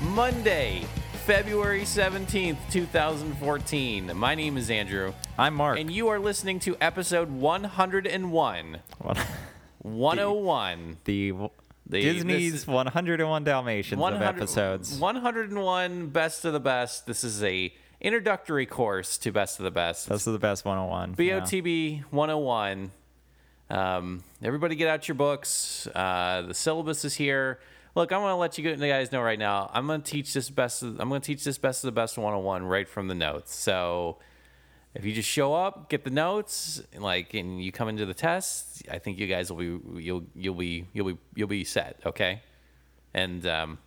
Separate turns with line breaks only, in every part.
Monday, February 17th, 2014. My name is Andrew,
I'm Mark.
and you are listening to episode 101.
What-
101.
the,
The-
Disney's
this-
101 Dalmatians of
100
episodes.
101 Best of the Best. This is a introductory course to Best of the Best.
Those are the best 101. yeah.
BOTB 101. Um, everybody get out your books. Uh, the syllabus is here. Look, I'm going to let you good- guys know right now. I'm going to teach this best. Of, I'm going to teach this best of the best 101 right from the notes. So if you just show up, get the notes, and like, and you come into the test, I think you guys will be you'll you'll be you'll be you'll be set. Okay, and um,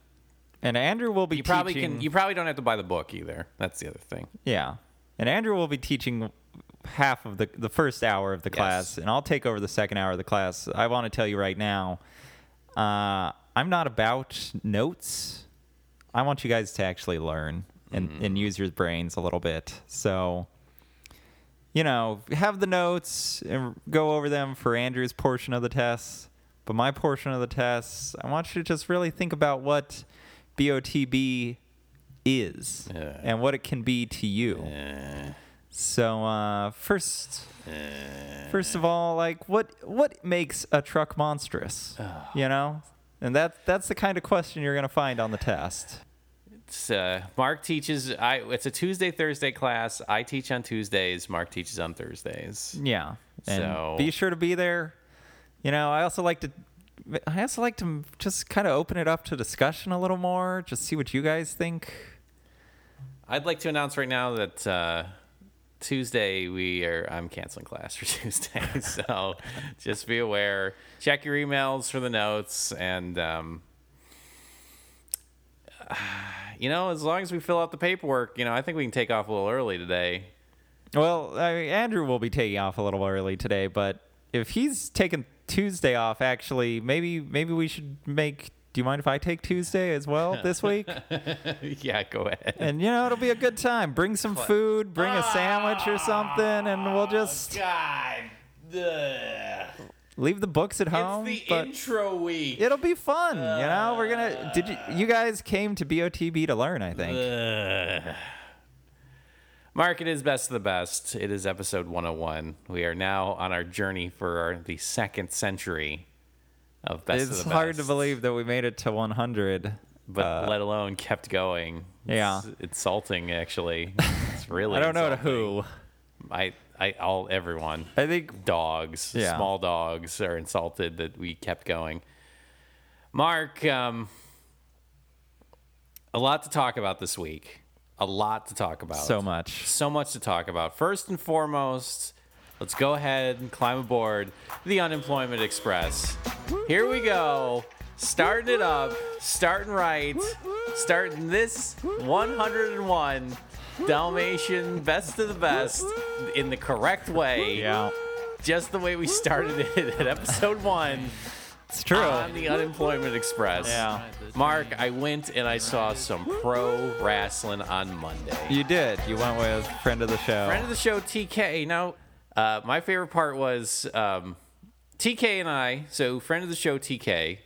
And Andrew will be
you probably
teaching.
can. You probably don't have to buy the book either. That's the other thing.
yeah. And Andrew will be teaching half of the the first hour of the class, and I'll take over the second hour of the class. I want to tell you right now, uh, I'm not about notes. I want you guys to actually learn and,
Mm-hmm.
and use your brains a little bit. So, you know, have the notes and go over them for Andrew's portion of the tests. But my portion of the tests, I want you to just really think about what BOTB is
Yeah.
and what it can be to you. So, uh, first, first of all, like what what makes a truck monstrous? You know, and that that's the kind of question you're gonna find on the test.
It's, uh, Mark teaches. I it's a Tuesday Thursday class. I teach on Tuesdays. Mark teaches on Thursdays.
Yeah. And
So-
be sure to be there. You know, I also like to I also like to just kind of open it up to discussion a little more, just see what you guys think.
I'd like to announce right now that uh, Tuesday we are. I'm canceling class for Tuesday, so just be aware. Check your emails for the notes, and um, you know, as long as we fill out the paperwork, you know, I think we can take off a little early today.
Well, I Andrew will be taking off a little early today, but if he's taking Tuesday off, actually, maybe maybe we should make do you mind if I take Tuesday as well this week?
yeah, go ahead.
And you know, it'll be a good time. Bring some food, bring a sandwich or something, and we'll just
God,
leave the books at home.
it's the
Um, but-
intro week.
It'll be fun, you know. We're gonna. Did you? You guys came to BOTB to learn, I think.
Mark, it is best of the best. It is episode 101. We are now on our journey for our, the second century of best
it's
of the
hard to
best,
believe that we made it to 100.
but let alone kept going.
Yeah.
it's insulting actually. It's really.
I don't know to
insulting.
who.
I, I, all everyone.
I think.
dogs,
Yeah.
small dogs, are insulted that we kept going. Mark, um, a lot to talk about this week. A lot to talk about.
So much.
So much to talk about. First and foremost, let's go ahead and climb aboard the Unemployment Express. Here we go. Starting it up, starting right, starting this 101 Dalmatian best of the best in the correct way
Yeah,
just the way we started it at episode one
it's true.
on the Unemployment Express.
Yeah.
Mark, I went and I saw some pro wrestling on Monday.
you did. You went with friend of the show.
Friend of the show, TK. Now, uh, my favorite part was um, TK and I, so friend of the show, TK,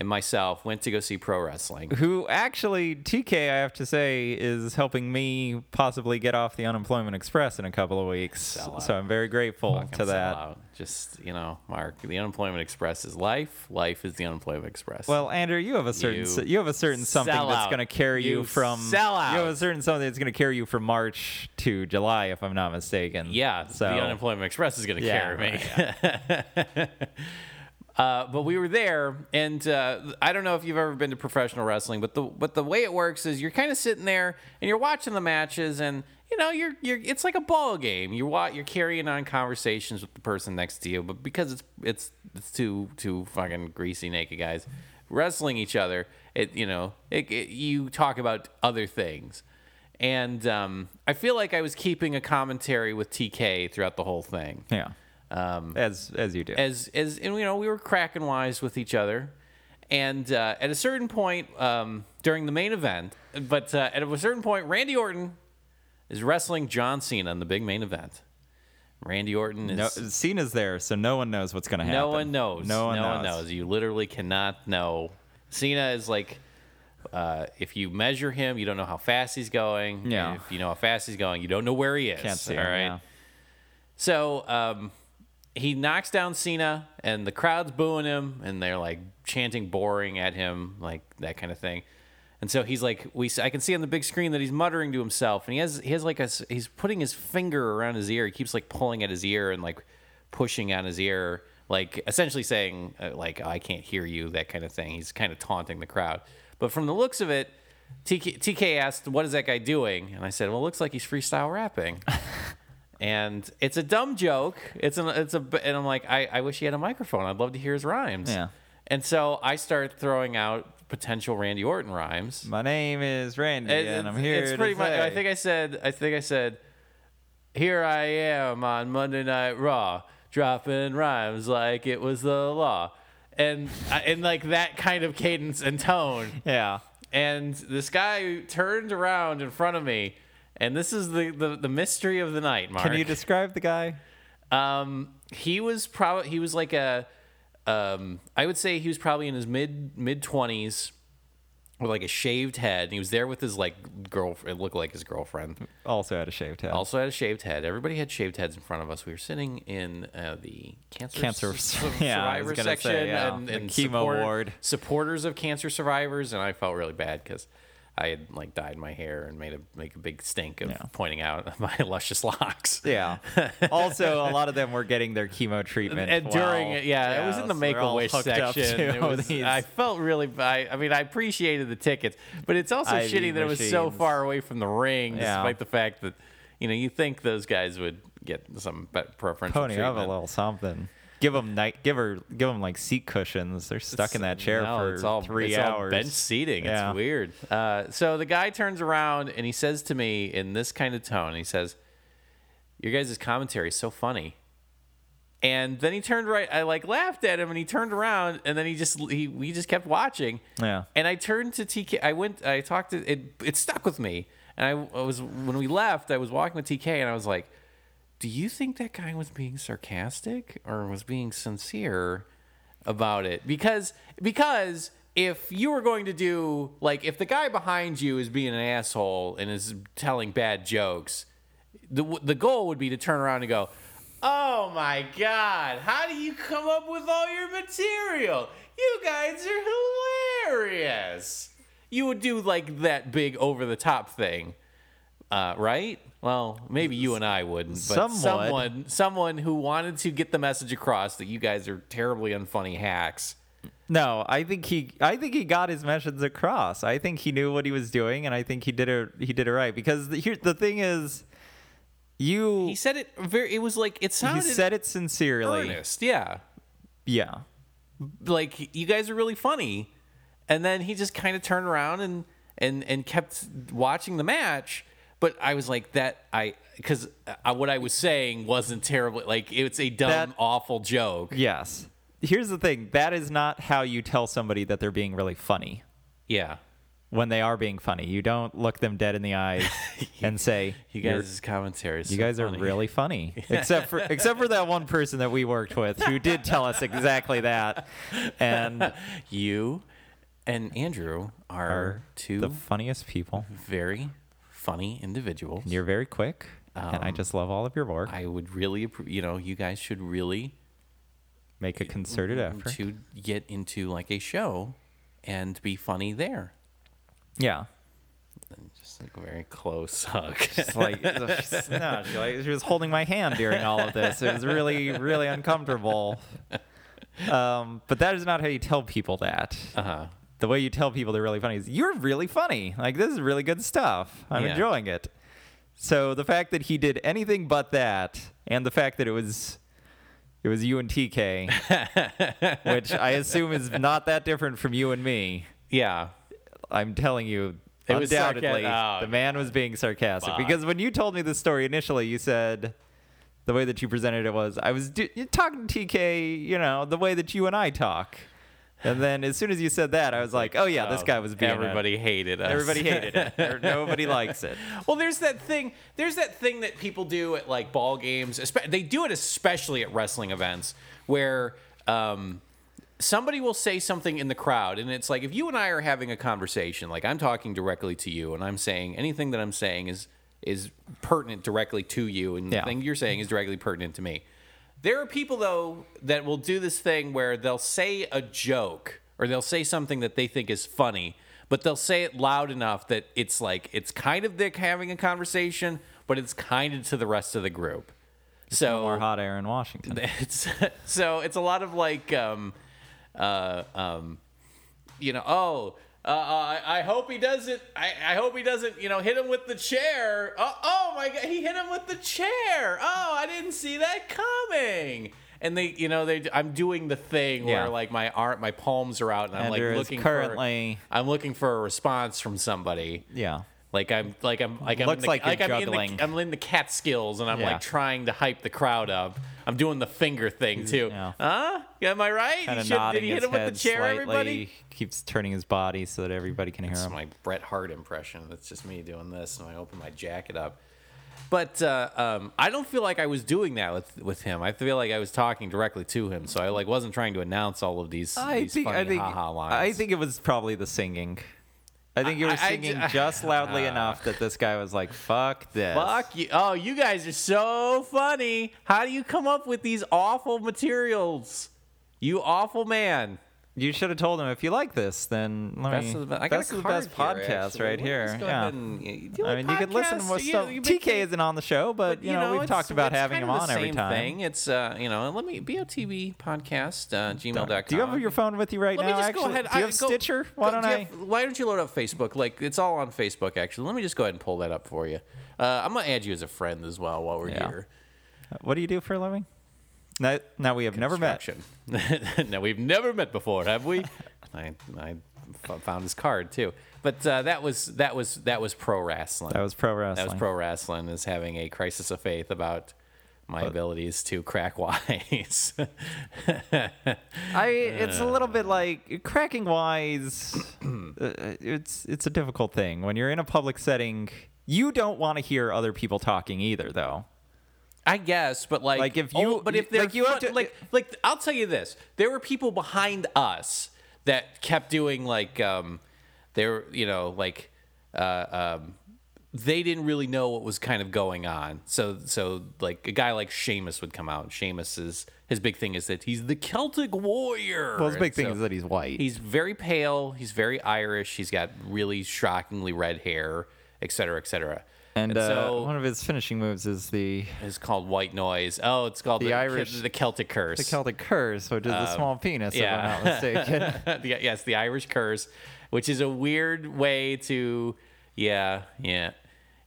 and myself went to go see pro wrestling.
who actually TK, I have to say, is helping me possibly get off the unemployment express in a couple of weeks.
Sellout.
So I'm very grateful to
Fucking
that.
sellout. uh, Just, you know, Mark, the Unemployment Express is life. Life is the Unemployment Express.
Well, Andrew, you have a certain
You
you, you have a certain something that's
sellout.
going to carry you,
You
from
sellout.
you have a certain something that's going to carry you from March to July, if I'm not mistaken.
Yeah,
So
the unemployment express is going to
Yeah,
carry me. uh, but we were there, and uh, I don't know if you've ever been to professional wrestling, but the but the way it works is you're kind of sitting there and you're watching the matches, and you know you're you're it's like a ball game. You're wa- you're carrying on conversations with the person next to you, but because it's it's it's two two fucking greasy naked guys wrestling each other, it you know it, it you talk about other things. And um, I feel like I was keeping a commentary with TK throughout the whole thing.
yeah, as as you do.
Um, As as and you know, we were cracking wise with each other. And uh, at a certain point um, during the main event, but uh, at a certain point, Randy Orton is wrestling John Cena in the big main event. Randy Orton is
no, Cena's there, so no one knows what's going to happen.
no one knows.
No one knows.
You literally cannot know. Cena is like uh, if you measure him, you don't know how fast he's going.
Yeah.
And If you know how fast he's going, you don't know where he is.
Can't see.
All right.
yeah.
So um, he knocks down Cena, and the crowd's booing him, and they're like chanting boring at him, like that kind of thing. And so he's like, we I can see on the big screen that he's muttering to himself, and he has he has like a s- he's putting his finger around his ear. He keeps like pulling at his ear and like pushing on his ear, like essentially saying uh, like I can't hear you, that kind of thing. He's kind of taunting the crowd. But from the looks of it, TK, TK asked, "What is that guy doing?" And I said, "Well, it looks like he's freestyle rapping." and it's a dumb joke. It's an it's a and I'm like I, I wish he had a microphone. I'd love to hear his rhymes.
Yeah.
And so I start throwing out potential Randy Orton rhymes.
My name is Randy,
It-
and I'm
it's-
here.
It's
to
pretty much.
play.
I think I said. I think I said. Here I am on Monday Night Raw, dropping rhymes like it was the law, and I- and like that kind of cadence and tone
Yeah.
and this guy turned around in front of me and this is the the, the mystery of the night mark
Can you describe the guy?
um he was probably he was like a um i would say he was probably in his mid mid 20s with like a shaved head and he was there with his like girlfriend it looked like his girlfriend
Also had a shaved head.
also had a shaved head everybody had shaved heads in front of us we were sitting in uh, the cancer
Cancer-
su-
yeah, I was
survivor
gonna say,
section
yeah,
and,
the
and
chemo
supporter-
ward.
supporters of cancer survivors and i felt really bad because i had like dyed my hair and made a make a big stink of
Yeah.
pointing out my luscious locks
Yeah. also, a lot of them were getting their chemo treatment
and during
while-
it, yeah, it was in the
so they're
Make a
all
Wish
hooked up
section.
to
It
all
was-
these-
I felt really, I, I mean, I appreciated the tickets, but it's also
IV
shitty that it was so
machines.
far away from the ring,
Yeah.
despite the fact that you know you think those guys would get some be- preferential
pony up a
treatment.
little something. Give them night. Give her. Give them like seat cushions. They're stuck in that chair
No,
for
it's all,
three
it's all
hours.
bench seating.
Yeah.
It's weird. Uh, so the guy turns around and he says to me in this kind of tone, he says, "Your guys' commentary is so funny." And then he turned right. I like laughed at him, and he turned around, and then he just he we just kept watching.
Yeah.
And I turned to TK. I went. I talked to it. It stuck with me. And I, I was when we left. I was walking with TK, and I was like, "Do you think that guy was being sarcastic or was being sincere about it?" Because because if you were going to do like if the guy behind you is being an asshole and is telling bad jokes, the the goal would be to turn around and go. Oh my God! How do you come up with all your material? You guys are hilarious. You would do like that big over the top thing, uh, right? Well, maybe you and I wouldn't, but
Some would.
someone, someone who wanted to get the message across that you guys are terribly unfunny hacks.
No, I think he I think he got his message across. I think he knew what he was doing and I think he did it he did it right because the, here the thing is you
He said it very. It was like it
he
sounded
said it sincerely.
earnest. Yeah,
Yeah.
like you guys are really funny and then he just kind of turned around and and and kept watching the match but i was like that i because I, what i was saying wasn't terrible like it's a dumb
That-
awful joke
Yes. Here's the thing, that is not how you tell somebody that they're being really funny.
yeah
When they are being funny, you don't look them dead in the eyes and say
you
"You're-
guys' commentary is
You
so
guys
funny."
are really funny, except for except for that one person that we worked with who did tell us exactly that, and
you and andrew are,
are
two Mm-hmm.
the funniest people.
very funny individuals
You're very quick, and I just love all of your work.
Um, i would really appro- you know you guys should really
Make a concerted effort.
to get into like a show and be funny there
Yeah.
Just like a very close hug.
It's like, it's- no, she, like, she was holding my hand during all of this. It was really, really uncomfortable. Um, but that is not how you tell people that.
Uh-huh.
The way you tell people they're really funny is you're really funny. Like, this is really good stuff. I'm
Yeah.
enjoying it. So the fact that he did anything but that, and the fact that it was. It was you and TK, which I assume is not that different from you and me.
Yeah.
I'm telling you,
It was
undoubtedly,
sarca- oh,
the man was being sarcastic.
fuck.
Because when you told me this story initially, you said the way that you presented it was I was do- you're talking to TK, you know, the way that you and I talk. And then as soon as you said that, I was like, oh yeah, this
Oh,
guy was being a-
Everybody hated us.
Everybody hated it. There- Nobody likes it.
Well, there's that thing. There's that thing that people do at like ball games. espe- They do it especially at wrestling events where um, somebody will say something in the crowd and it's like if you and I are having a conversation, like I'm talking directly to you and I'm saying anything that I'm saying is is pertinent directly to you and
Yeah.
the thing you're saying is directly pertinent to me. There are people though that will do this thing where they'll say a joke or they'll say something that they think is funny, but they'll say it loud enough that it's like it's kind of dick having a conversation, but it's kind of to the rest of the group. So
More hot air in Washington.
it's so it's a lot of like um uh um you know oh uh, I, I hope he doesn't. I, I hope he doesn't. You know, hit him with the chair. Oh, oh my God! He hit him with the chair. Oh, I didn't see that coming. And they, you know, they. I'm doing the thing
Yeah.
where like my arm, my palms are out, and I'm
Andrew is
like looking
currently-
For, I'm looking for a response from somebody.
yeah.
Like I'm, like I'm, like I'm. in
Looks
the,
like you're
I'm In
juggling.
the, I'm in the Catskills, and I'm
Yeah.
like trying to hype the crowd up. I'm doing the finger thing too.
Yeah.
Huh? Am I right? He
Kind of
should-
nodding
did he hit
his
him with
head
the chair?
slightly.
Everybody.
Keeps turning his body so that everybody can hear
It's
him.
my Bret Hart impression. That's just me doing this, and I open my jacket up. But uh, um, I don't feel like I was doing that with with him. I feel like I was talking directly to him, so I like wasn't trying to announce all of these,
I
these
think
funny
I think
haha lines.
I think it was probably the singing. I Ah. think you
I-
were
I-
singing just loudly enough that this guy was like, "Fuck this."
Fuck you. Oh, you guys are so funny. How do you come up with these awful materials? You awful man.
You should have told him if you like this, then let
That's
me.
the, I got
that's
a
the
card
best
here,
podcast
actually.
right
We'll
here.
just go
Yeah.
ahead and- uh, you
I mean, you could listen
podcasts,
with
you-
some.
you make
TK
it-
isn't on the show, but you, know, we've
it's-
talked about
it's
having
kind
him
of the
on every
same
time.
Thing. It's uh, you know, let me botb podcast uh, gmail.com.
Do you have your phone with you right
Let
now?
me just
actually,
go ahead.
do you
I-
have
go-
Stitcher? Why
go-
don't
do you
I?
have- why don't you load up Facebook? Like it's all on Facebook. Actually, let me just go ahead and pull that up for you. Uh, I'm gonna add you as a friend as well while we're
Yeah.
here.
What do you do for a living? Now, now we have never met.
Construction. now we've never met before, have we? I, I f- found his card too. But uh, that was that was that was pro wrestling.
That was pro
That
wrestling.
was pro wrestling is having a crisis of faith about my abilities to crack wise.
I it's a little bit like cracking wise. uh, it's it's a difficult thing when you're in a public setting. You don't want to hear other people talking either, though.
I guess, but like,
Like, if you-
oh, but if they're
like, you have
fun-
to-
like, like I'll tell you this: there were people behind us that kept doing like, um, they're you know like, uh, um, they didn't really know what was kind of going on. So so like a guy like Seamus would come out. Seamus is his big thing is that he's the Celtic warrior.
Well, his big
And
thing
so-
is that he's white.
He's very pale. He's very Irish. He's got really shockingly red hair, et cetera, et cetera.
and uh,
so-
one of his finishing moves is the
it's called white noise. Oh, it's called the,
Irish-
the Celtic curse.
the Celtic curse, which is the small penis,
Um, yeah.
if I'm not mistaken.
The- yes, the Irish curse, which is a weird way to, yeah, yeah,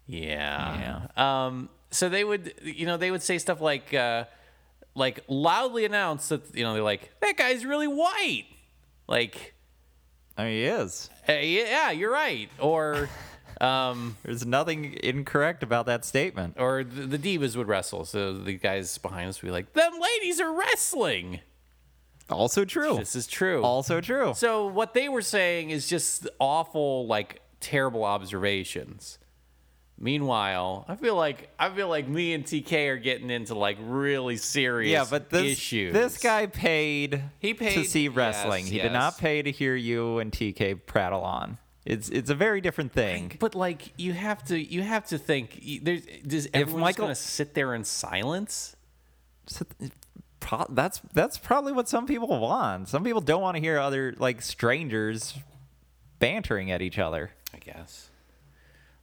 yeah. yeah. Um, so they would, you know, they would say stuff like, uh, like loudly announce that, you know, they're like, that guy's really white, like,
I mean, he is.
hey, yeah, you're right, or. Um,
There's nothing incorrect about that statement.
or the, the divas would wrestle. So the guys behind us would be like, "Them ladies are wrestling."
Also true.
This is true.
also true.
So what they were saying is just awful, like terrible observations. Meanwhile, I feel like I feel like me and TK are getting into like really serious
yeah, but this
issues.
this guy paid
He
to
paid-
see wrestling.
yes,
he
yes.
did not pay to hear you and TK prattle on. It's it's a very different thing.
But like you have to you have to think y- there's does everyone just
Michael-
gonna sit there in silence?
So th- pro- that's that's probably what some people want. Some people don't want to hear other like strangers bantering at each other.
I guess.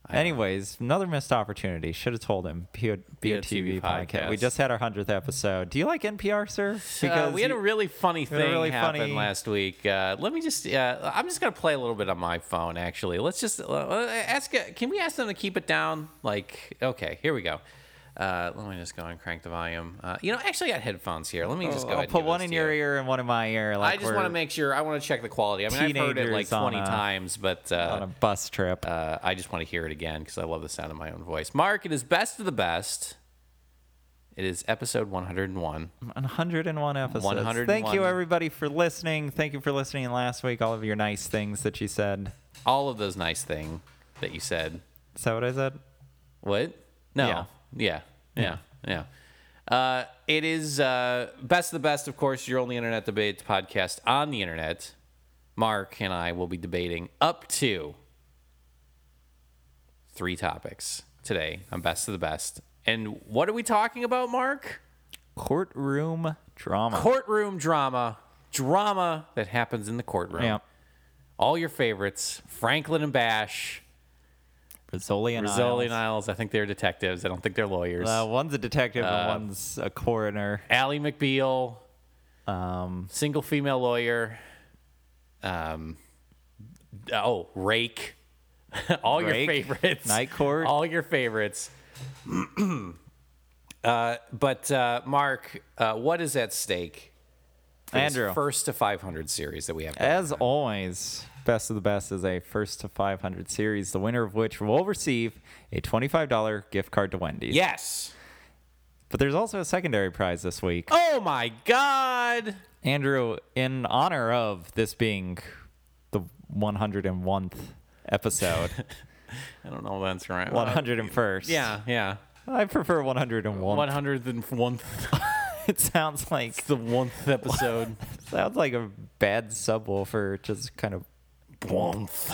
Anyways, another missed opportunity. Should have told him. Be a, be a TV, podcast. We
podcast.
just had our hundredth episode. Do you like NPR, sir?
Uh, we had a
you-
really funny
had a
thing
really
happen
funny-
last week. Uh, let me just, uh, I'm just going to play a little bit on my phone, actually. Let's just uh, uh, ask, can we ask them to keep it down? Like, okay, here we go. Uh, let me just go and crank the volume. Uh, you know, I actually got headphones here. Let me just go
I'll
ahead and
put
give
one
this
in
to
your
you.
ear and one in my ear. Like
I just
we're
want to make sure, I want to check the quality. I mean, I've heard it like
Teenagers on
20
a-
times, but
on a
uh,
bus trip.
uh, I just want to hear it again because I love the sound of my own voice. Mark, it is best of the best. It is episode 101.
101 episodes.
101.
Thank you, everybody, for listening. Thank you for listening last week. All of your nice things that you said.
All of those nice things that you said.
Is that what I said?
What? No.
Yeah.
Yeah. Yeah. Yeah. Uh, it is uh, best of the best, of course, your only internet debate podcast on the internet. Mark and I will be debating up to three topics today on Best of the Best. And what are we talking about, Mark?
Courtroom drama.
Courtroom drama, drama that happens in the courtroom.
yeah.
All your favorites, Franklin and Bash,
Rizzoli and
Rizzoli and
Isles.
Isles. I think they're detectives. I don't think they're lawyers.
Uh, one's a detective and
Uh,
one's a coroner.
Allie McBeal,
Um,
single female lawyer. Um, oh, Rake. All
Rake,
your favorites.
Night Court.
All your favorites. uh, but uh, Mark, uh, what is at stake? for this
Andrew.
first to five hundred series that we have.
As always, Best of the Best is a first to 500 series, the winner of which will receive a $25 gift card to Wendy's.
yes.
But there's also a secondary prize this week.
Oh my God.
Andrew, in honor of this being the 101th episode,
I don't know if that's right.
101st.
Uh, Yeah, yeah.
I prefer 101.
One hundred and one.
It sounds like
The one episode.
sounds like a bad subwoofer just kind of
Wonth.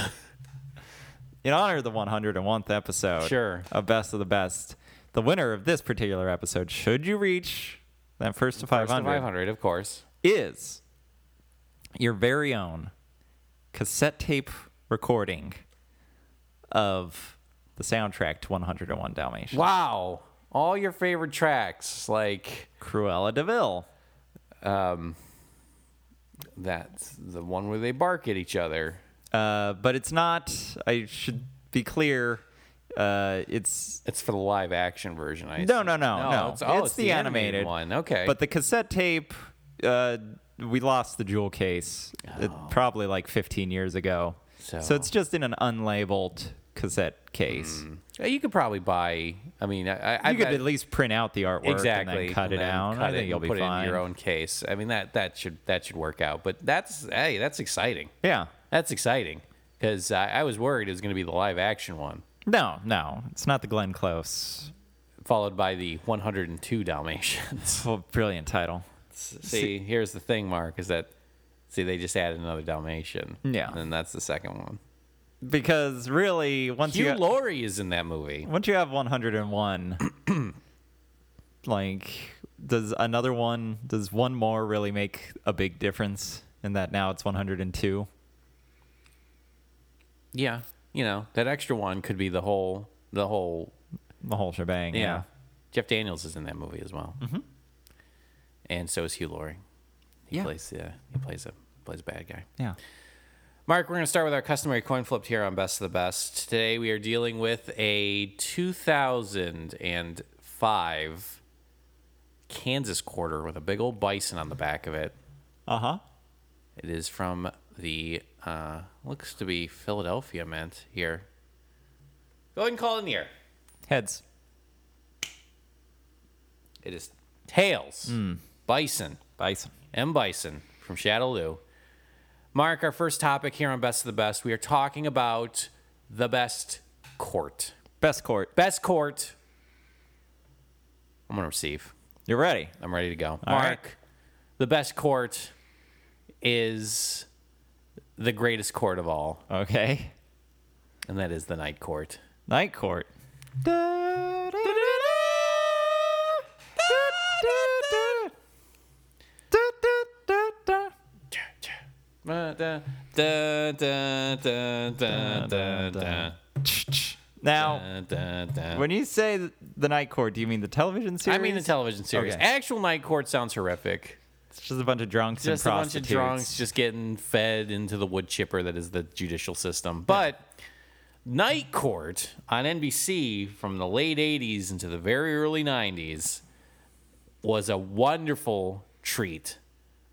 in honor of the 101th episode
Sure.
of Best of the Best, the winner of this particular episode, should you reach that first to 500,
First to five hundred, of course.
is your very own cassette tape recording of the soundtrack to 101 Dalmatians.
Wow. All your favorite tracks, like
Cruella DeVille.
that's the one where they bark at each other.
Uh, but it's not, I should be clear, uh, it's
It's for the live action version. I
No,
assume.
no, no, no.
It's, oh, it's, the, animated, one. Okay,
But the cassette tape, uh, we lost the jewel case uh, probably like 15 years ago. So.
Oh. So-
it's just in an unlabeled cassette case.
Uh, you could probably buy. I mean, I, I
You could
bet-
at least print out the artwork
exactly
and then cut
and
it
then
out.
Cut
I think
it
you'll
and
be
put
fine.
it in your own case. I mean that that should that should work out. But that's hey, that's exciting.
Yeah.
That's exciting because I, I was worried it was going to be the live action one,
No, no, it's not the Glenn Close.
followed by the 102 Dalmatians.
Oh, brilliant title.
See, here's the thing, Mark, is that see they just added another Dalmatian.
Yeah.
And that's the second one.
Because really, once
Hugh
you
Laurie is in that movie.
once you have 101 like does another one does one more really make a big difference in that now it's 102
Yeah. You know, that extra one could be the whole the whole
the whole shebang
yeah. Jeff Daniels is in that movie as well. Mm-hmm. And so is Hugh Laurie. He
Yeah.
plays yeah, he plays a plays a bad guy.
yeah
Mark, we're going to start with our customary coin flip here on Best of the Best. Today we are dealing with a 2005 Kansas quarter with a big old bison on the back of it.
uh-huh
It is from the, uh, looks to be Philadelphia mint here. Go ahead and call in the air.
heads
It is Tails, Bison,
bison
M. Bison from Shadowloo. Mark, our first topic here on Best of the Best, we are talking about the best court.
best court
Best court. I'm going to receive.
you're ready
I'm ready to go.
All
Mark,
right.
the best court is the greatest court of all,
okay
and that is the night court.
night court
Da, da, da, da, da, da, da, da,
now
da, da.
when you say th- the night court do you mean the television series
Uh, I mean the television series.
Okay.
Actual night court sounds horrific.
It's just a bunch of drunks
Just a
and
bunch of
prostitutes.
drunks just getting fed into the wood chipper that is the judicial system. But Night Court on NBC from the late 80s into the very early 90s was a wonderful treat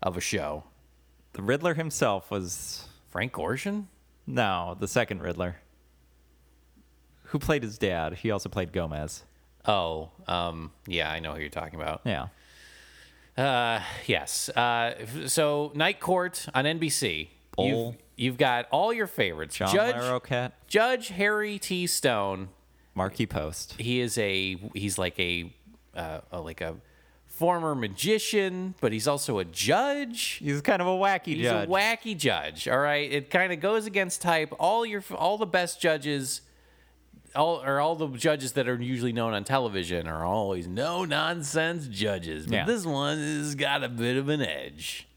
of a show.
The Riddler himself was
Frank Gorshin?
no, the second Riddler. Who played his dad? He also played Gomez.
Oh, um, yeah, I know who you're talking about.
Yeah.
Uh, yes. Uh, f- so Night Court on NBC. You've,
Bull.
you've got all your favorites.
John
Judge
Larroquette,
Judge Harry T. Stone.
Marky Post.
He is a he's like a, uh, a- like a former magician, but he's also a judge.
He's kind of a wacky
He's
judge.
a wacky judge. All right, it kind of goes against type. All your all the best judges, all or all the judges that are usually known on television are always no nonsense judges. But
Yeah.
this one has got a bit of an edge.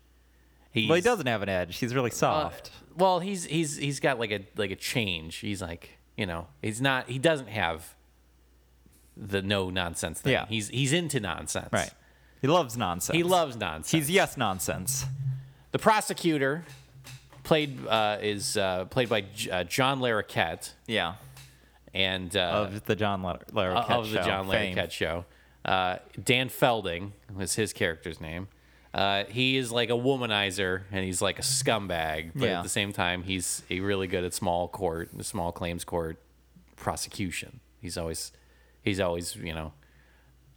He's,
well, he doesn't have an edge. He's
Uh,
really soft.
Well, he's he's he's got like a like a change. He's like you know he's not he doesn't have the no nonsense thing.
Yeah.
he's he's into nonsense.
right. He loves nonsense.
He loves nonsense.
He's yes nonsense.
The prosecutor, played uh, is uh, played by J- uh, John Larroquette,
Yeah.
and uh,
Of the John Lar-
uh,
Larroquette
of the
show,
John
fame.
Larroquette show. Uh, Dan Felding was his character's name. Uh, he is like a womanizer and he's like a scumbag, but
Yeah.
at the same time, he's a really good at small court, small claims court prosecution. He's always, he's always, you know,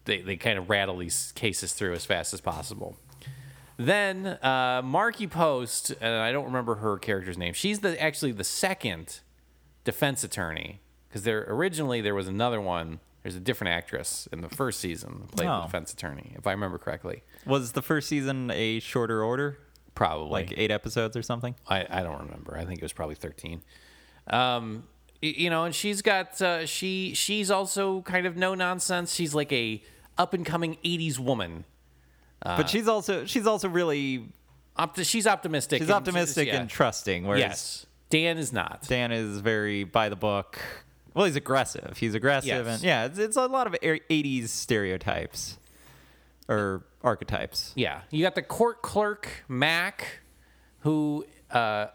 they, they kind of rattle these cases through as fast as possible. Then uh, Marky Post, and I don't remember her character's name. She's the actually the second defense attorney because there originally there was another one. There's a different actress in the first season that played
Oh.
the defense attorney, if I remember correctly.
Was the first season a shorter order?
Probably,
Like eight episodes or something?
I, I don't remember. I think it was probably 13. Um, y- you know, and she's got uh, she she's also kind of no nonsense. She's like a up and coming 80s woman. Uh,
but she's also she's also really
Opti- she's optimistic.
she's
and-
optimistic
yeah.
and trusting. Whereas
yes. Dan is not.
Dan is very by the book. Well, he's aggressive. He's
Yes.
aggressive, and yeah, it's, it's a lot of er- '80s stereotypes or archetypes.
Yeah, you got the court clerk Mac, who uh,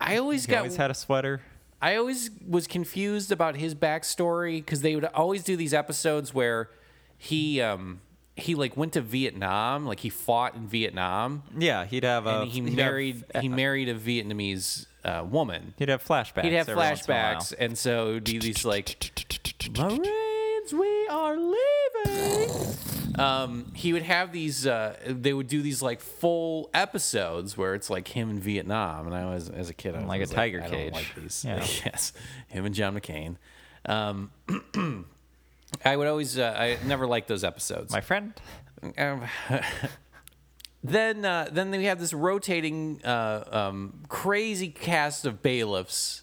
I always
He
got.
always had a sweater.
I always was confused about his backstory because they would always do these episodes where he um, he like went to Vietnam, like he fought in Vietnam,
Yeah, he'd have a
and he
he'd have-
married he married a Vietnamese uh, woman.
he'd have flashbacks.
He'd have
every once in a while.
flashbacks, and so it would be these like Marines, we are leaving. Um, he would have these. Uh, they would do these like full episodes where it's like him in Vietnam, and I was as a kid, I was
Like a
always
tiger
I
cage.
Don't like these.
Yeah.
yes, him and John McCain. Um, I would always. Uh, I never liked those episodes.
My friend.
Um, then uh, then we have this rotating uh, um, crazy cast of bailiffs,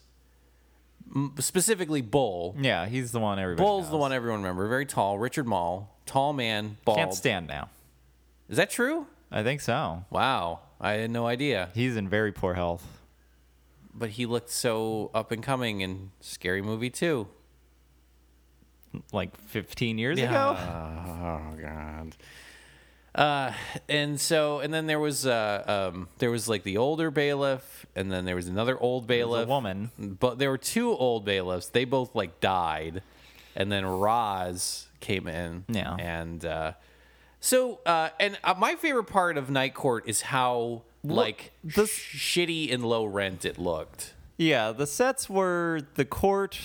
m- specifically Bull.
Yeah, he's the one everybody.
Bull's the
knows.
one everyone remember. Very tall, Richard Mall, tall man, bald.
Can't stand now.
Is that true?
I think so.
Wow, I had no idea.
He's in very poor health.
But he looked so up and coming in Scary Movie too.
Like 15 years ago.
Oh God. Uh, and so, and then there was uh, um, there was like the older bailiff, and then there was another old bailiff,
woman.
But there were two old bailiffs. They both like died, and then Roz came in.
Yeah.
And uh, so, uh, and uh, my favorite part of Night Court is how like
this-
sh- shitty and low rent it looked.
Yeah, the sets were the court.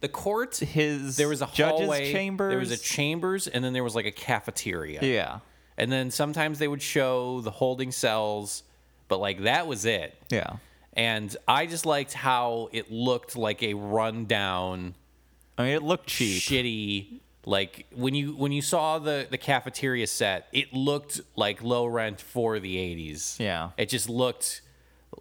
The court,
His
there was a
judges
hallway,
chambers.
there was a chambers, and then there was like a cafeteria.
yeah,
And then sometimes they would show the holding cells, but like that was it.
yeah.
And I just liked how it looked like a rundown,
I mean, it looked cheap.
shitty. Like when you when you saw the the cafeteria set, it looked like low rent for the eighties.
Yeah.
it just looked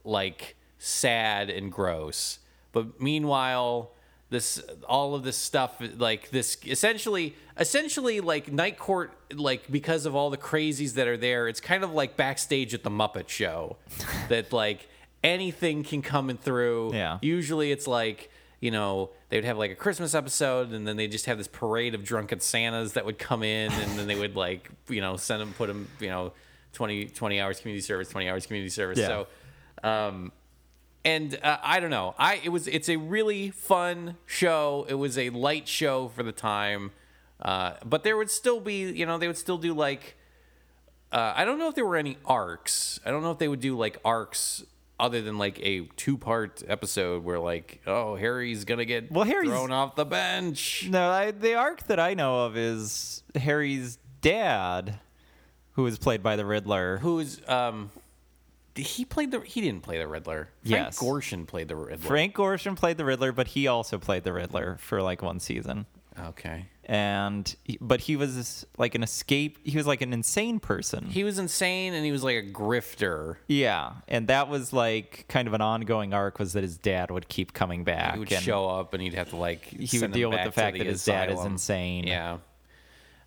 like sad and gross. But meanwhile, this all of this stuff like this essentially essentially like night court like because of all the crazies that are there it's kind of like backstage at the muppet show that like anything can come in through
Yeah.
usually it's like you know they would have like a christmas episode and then they just have this parade of drunken santas that would come in and then they would like you know send them put them you know 20 20 hours community service 20 hours community service
Yeah.
so um and uh, i don't know i it was it's a really fun show it was a light show for the time uh but there would still be you know they would still do like uh, I don't know if there were any arcs. I don't know if they would do like arcs other than like a two part episode where like, oh, Harry's gonna get
Well, Harry's-
thrown off the bench.
No, I, the arc that I know of is Harry's dad, who was played by the Riddler.
Who's um did he played the he didn't play the Riddler.
Yes.
Frank Gorshin played the Riddler.
Frank Gorshin played the Riddler, but he also played the Riddler for like one season.
Okay.
and but he was like an escape. He was like an insane person.
He was insane and he was like a grifter.
yeah, and that was like kind of an ongoing arc was that his dad would keep coming back.
He would
and
show up and he'd have to like
He would deal with the fact that his dad is insane.
Yeah.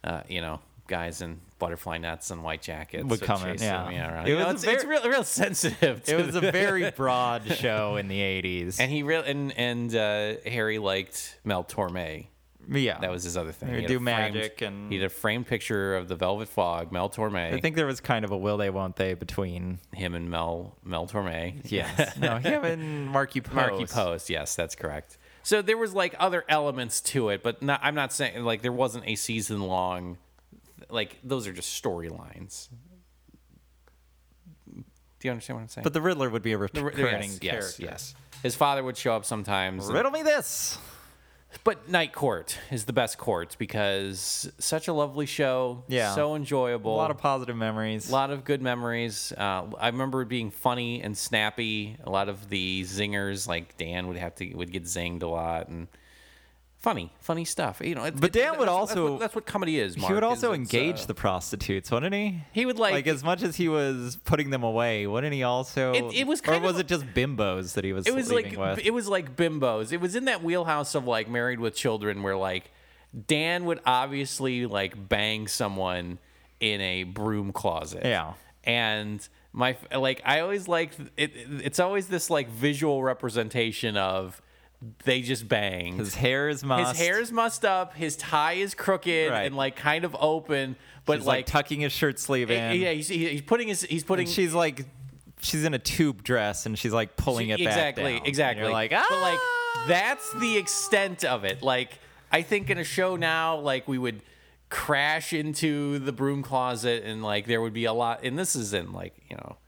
Uh, you know, guys in butterfly nets and white jackets
Would come in,
chase
yeah.
him, yeah around.
It
You know, it's,
was a very-
it's real, real sensitive.
It
to
was a very broad show in the eighties.
And he real and and uh, Harry liked Mel Torme.
Yeah,
That was his other thing.
He would
had a
do
framed-
magic and-
he had a framed picture of the Velvet Fog, Mel Torme.
I think there was kind of a will they won't they between
him and Mel Mel Torme.
yes no him and Marky Post.
Marky Post. Yes, that's correct. So there was like other elements to it, but not, I'm not saying like there wasn't a season long. Like those are just storylines. Do you understand what I'm saying?
But the Riddler would be a
The-
recurring
the- yes, yes,
character.
yes. His father would show up sometimes. and-
Riddle me this.
But Night Court is the best court because such a lovely show.
Yeah.
So enjoyable.
A lot of positive memories.
lot of good memories. Uh, I remember it being funny and snappy. A lot of the zingers, like Dan, would have to would get zinged a lot and funny, funny stuff. You know, it,
But
it-
Dan would
that's- that's
also-
what, that's what comedy is. Mark,
he would also
is it's,
engage
uh,
the prostitutes, wouldn't he?
He would, like-
like as much as he was putting them away, wouldn't he also?
It- it was
or
kind
was
of-
it just bimbos that he was?
it was like
sleeping with?
it was like bimbos. It was in that wheelhouse of like Married with Children, where like Dan would obviously like bang someone in a broom closet.
Yeah.
and my like I always like it. It's always this like visual representation of they just banged.
his hair is must.
His hair is mussed up. His tie is crooked
Right.
and like kind of open, but
He's like, tucking his shirt sleeve in.
yeah, he's, he's putting his he's putting
And she's like, she's in a tube dress and she's like pulling it back
exactly
down. And
exactly
you're like,
but like
ah.
that's the extent of it. Like I think in a show now, like we would crash into the broom closet and like there would be a lot. And this is in like you know.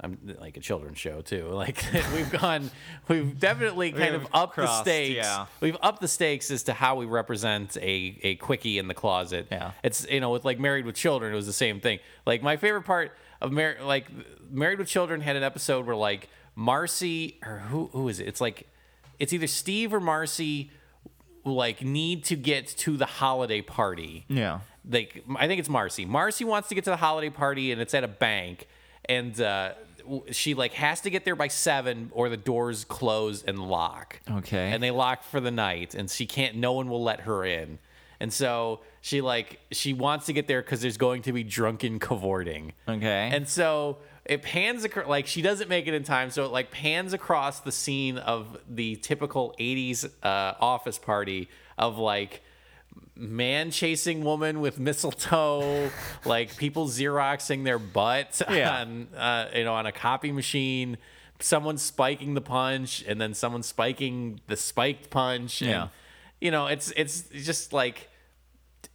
I'm like a children's show too. Like we've gone, we've definitely kind of
have
upped the
crossed,
stakes.
yeah.
We've upped the stakes as to how we represent a a quickie in the closet.
Yeah.
it's you know with like Married with Children, it was the same thing. Like my favorite part of Mar- like Married with Children had an episode where like Marcy or who who is it? It's like it's either Steve or Marcy like need to get to the holiday party
yeah.
like I think it's Marcy. Marcy wants to get to the holiday party, and it's at a bank, and uh, w- she like has to get there by seven, or the doors close and lock.
Okay.
And they lock for the night, and she can't. No one will let her in, and so she like she wants to get there because there's going to be drunken cavorting.
Okay.
And so it pans across, like she doesn't make it in time. So it like pans across the scene of the typical 80s uh, office party of like man chasing woman with mistletoe, like people Xeroxing their butts
Yeah.
on, uh, you know, on a copy machine. Someone spiking the punch, and then someone spiking the spiked punch. and,
Yeah.
you know, it's it's just like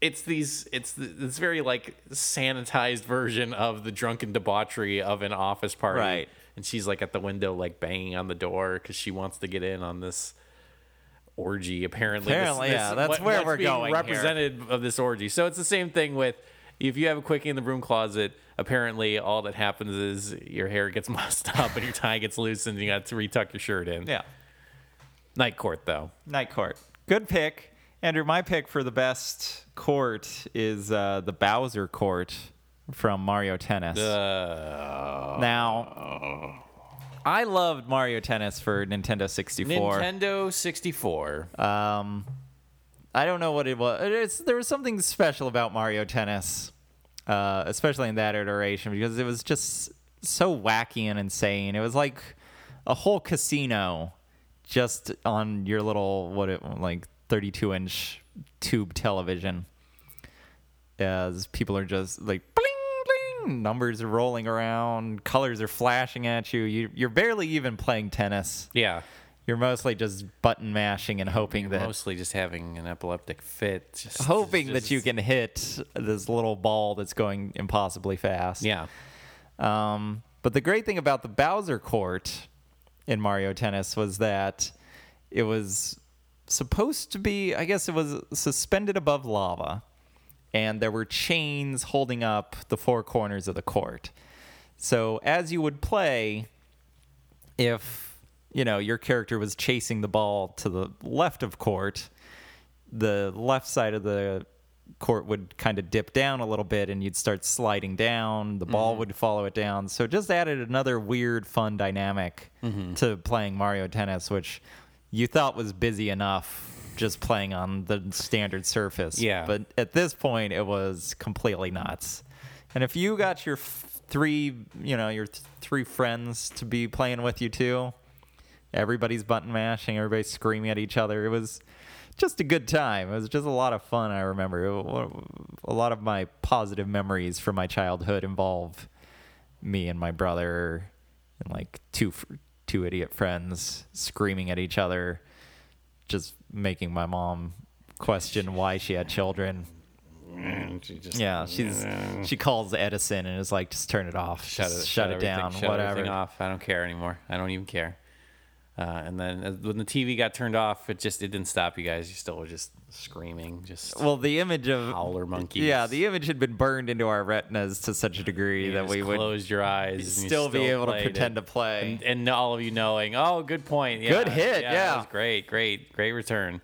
it's these it's th- this very like sanitized version of the drunken debauchery of an office party
Right.
and she's like at the window like banging on the door because she wants to get in on this orgy apparently This-
Apparently,
this-
yeah, that's where
what's
we're
being
going here.
represented of this orgy so it's the same thing with if you have a quickie in the broom closet apparently all that happens is your hair gets mussed up and your tie gets loose and you got to retuck your shirt in
yeah.
night court though
Night Court. Good pick. Andrew, my pick for the best court is uh, the Bowser Court from Mario Tennis.
Uh,
Now, I loved Mario Tennis for Nintendo 64.
nintendo 64
I don't know what it was. It's, there was something special about Mario Tennis, uh, especially in that iteration, because it was just so wacky and insane. It was like a whole casino just on your little what it like 32 inch tube television. As people are just like bling bling, numbers are rolling around, colors are flashing at you. you you're barely even playing tennis.
yeah
You're mostly just button mashing and hoping that
mostly just having an epileptic fit. Just
hoping
just-
that you can hit this little ball that's going impossibly fast.
Yeah.
Um, but the great thing about the Bowser Court in Mario Tennis was that it was supposed to be, I guess it was suspended above lava, and there were chains holding up the four corners of the court. So as you would play, if you know your character was chasing the ball to the left of court, the left side of the court would kind of dip down a little bit and you'd start sliding down the ball would follow it down so it just added another weird fun dynamic to playing mario tennis which you thought was busy enough just playing on the standard surface
Yeah.
but at this point it was completely nuts and if you got your f- three you know your th- three friends to be playing with you too everybody's button mashing, everybody's screaming at each other. It was just a good time. It was just a lot of fun. I remember It wa- a lot of my positive memories from my childhood involve me and my brother and like two f- two idiot friends screaming at each other, just making my mom question why she had children. Yeah, she's she calls Edison and is like, just turn it off,
shut it, shut
just shut, it
everything-
down,
shut
whatever.
everything off. I don't care anymore. I don't even care. Uh, and then uh, when the TV got turned off, it just it didn't stop you guys. You still were just screaming, just
Well, the image of
howler monkeys.
Yeah, the image had been burned into our retinas to such a degree
You
that
just
we would
closed your eyes, and you
still, be able to
played
pretend
it.
to play.
And, and all of you knowing, oh, good point. Yeah,
Good hit,
that
yeah.
was great, great, great return.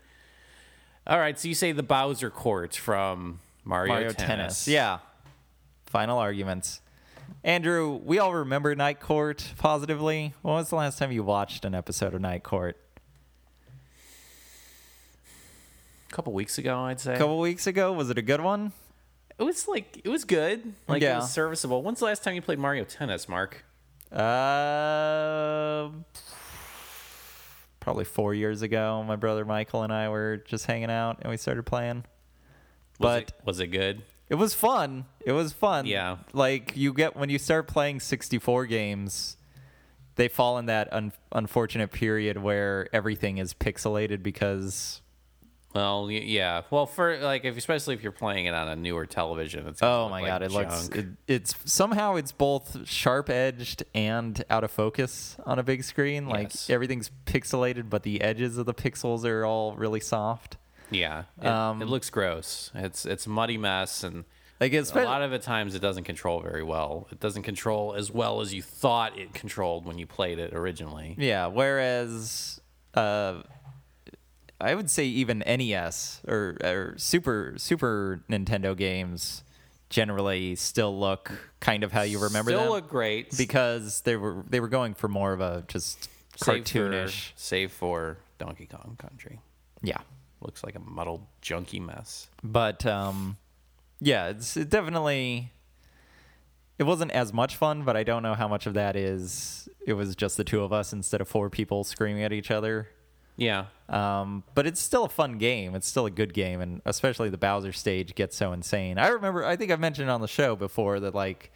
All right, so you say the Bowser courts from Mario,
Mario tennis. Yeah. Final arguments. Andrew, we all remember Night Court positively. When was the last time you watched an episode of Night Court?
a couple weeks ago, I'd say.
A couple weeks ago, was it a good one?
It was like it was good, like
Yeah.
it was serviceable. When's the last time you played Mario Tennis, Mark?
Uh, probably four years ago. My brother Michael and I were just hanging out, and we started playing.
Was
But
it, was it good?
It was fun. It was fun.
Yeah.
Like you get when you start playing 64 games, they fall in that un- unfortunate period where everything is pixelated because
Well, y- yeah. Well, for like, if, especially if you're playing it on a newer television, it's gonna
oh
look
my
like
god, it looks
junk.
it, it's somehow it's both sharp edged and out of focus on a big screen. Like
Yes.
everything's pixelated, but the edges of the pixels are all really soft.
yeah, it,
Um,
it looks gross. It's it's a muddy mess, and
Like it's
a lot of the times it doesn't control very well. It doesn't control as well as you thought it controlled when you played it originally.
Yeah. Whereas, uh, I would say even NES or, or Super Super Nintendo games generally still look kind of how you remember
Still
them
look great,
because they were they were going for more of a just
save for-
cartoonish.
Save for Donkey Kong Country,
Yeah.
looks like a muddled, junky mess.
But um, yeah, it's it definitely. It wasn't as much fun, but I don't know how much of that is. It was just the two of us instead of four people screaming at each other.
Yeah,
Um, but it's still a fun game. It's still a good game, and especially the Bowser stage gets so insane. I remember, I think I've mentioned on the show before that like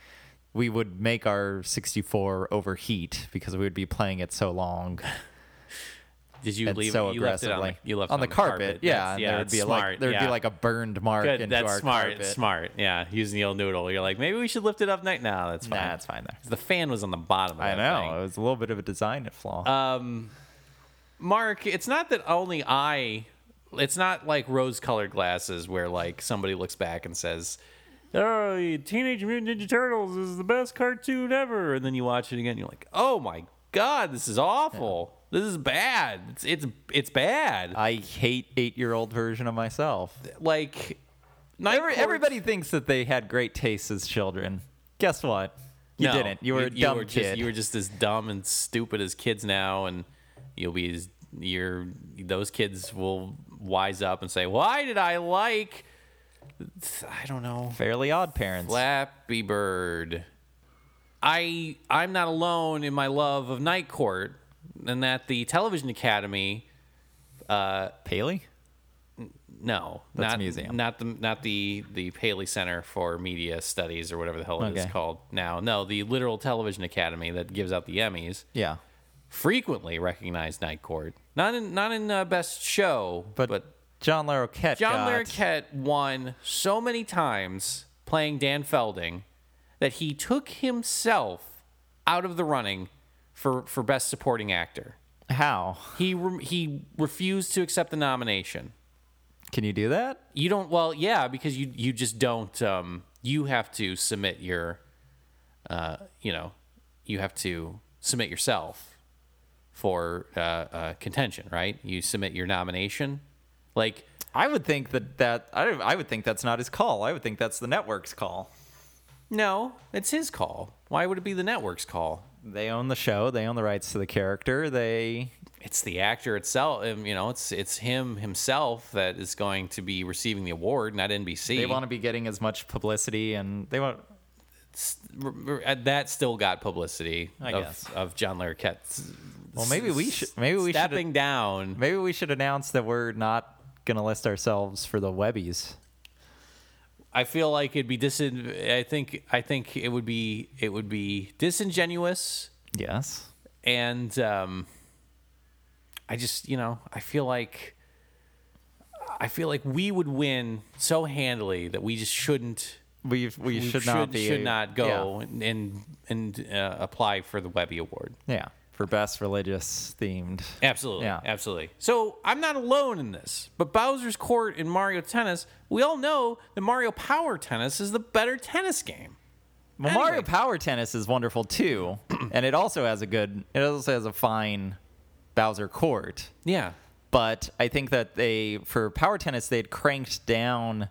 we would make our 64 overheat because we would be playing it so long.
did you
and
leave?
so
you left it
aggressively.
on the, you left it
on the carpet, yeah.
That's-
and
yeah,
there would
that's
be
smart.
like there would
yeah.
be like a burned mark
Good.
into
That's
our
smart.
carpet.
Smart. Yeah. Using the old noodle. You're like, maybe we should lift it up night. No, that's fine.
Nah, it's fine there.
The fan was on the bottom. Of
I
that
know
thing. Uh,
it was a little bit of a design flaw.
Mark, it's not that only I. It's not like rose-colored glasses where like somebody looks back and says, "Oh, Teenage Mutant Ninja Turtles is the best cartoon ever," and then you watch it again, you're like, "Oh my god, this is awful. This is bad. It's it's it's bad."
I hate eight-year-old version of myself.
like, Night
Every-
Court-
everybody thinks that they had great tastes as children. Guess what? You
No,
didn't. You were a dumb
were
kid.
Just, you were just as dumb and stupid as kids now, and you'll be as you're. Those kids will wise up and say, "Why did I like? I don't know,
Fairly Odd Parents.
Flappy Bird." I I'm not alone in my love of Night Court, and that the Television Academy.
Paley?
No,
That's
not
a museum.
Not the not the the Paley Center for Media Studies or whatever the hell it is
Okay.
called now. No, the literal Television Academy that gives out the Emmys.
Yeah.
frequently recognized Night Court. Not in not in uh, best show,
But,
but,
John Larroquette.
John
got-
Larroquette won so many times playing Dan Felding that he took himself out of the running for for best supporting actor.
How?
He re- he refused to accept the nomination.
Can you do that?
You don't well, yeah, because you you just don't um you have to submit your uh you know, you have to submit yourself for uh, uh contention, right? You submit your nomination. Like
I would think that that I, don't- I would think that's not his call. I would think that's the network's call.
No, it's his call. Why would it be the network's call?
They own the show. They own the rights to the character. They
It's the actor itself. um, You know, it's it's him himself that is going to be receiving the award, not NBC.
they want to be getting as much publicity and they want
R- r- uh, that still got publicity
I
of,
guess.
of John Larroquette's.
Well, maybe we should- maybe we should-
stepping down.
maybe we should announce that we're not going to list ourselves for the Webbies.
I feel like it'd be disin. I think I think it would be it would be disingenuous,
Yes.
and um, I just you know I feel like I feel like we would win so handily that we just shouldn't.
We've, we,
we
should, not be
should not
Yeah.
go and and uh, apply for the Webby Award.
Yeah, for best religious themed.
Absolutely.
Yeah.
Absolutely. So I'm not alone in this, but Bowser's Court and Mario Tennis, we all know that Mario Power Tennis is the better tennis game.
Well,
Anyway.
Mario Power Tennis is wonderful too, and it also has a good, it also has a fine Bowser court.
Yeah.
But I think that they, for Power Tennis, they had cranked down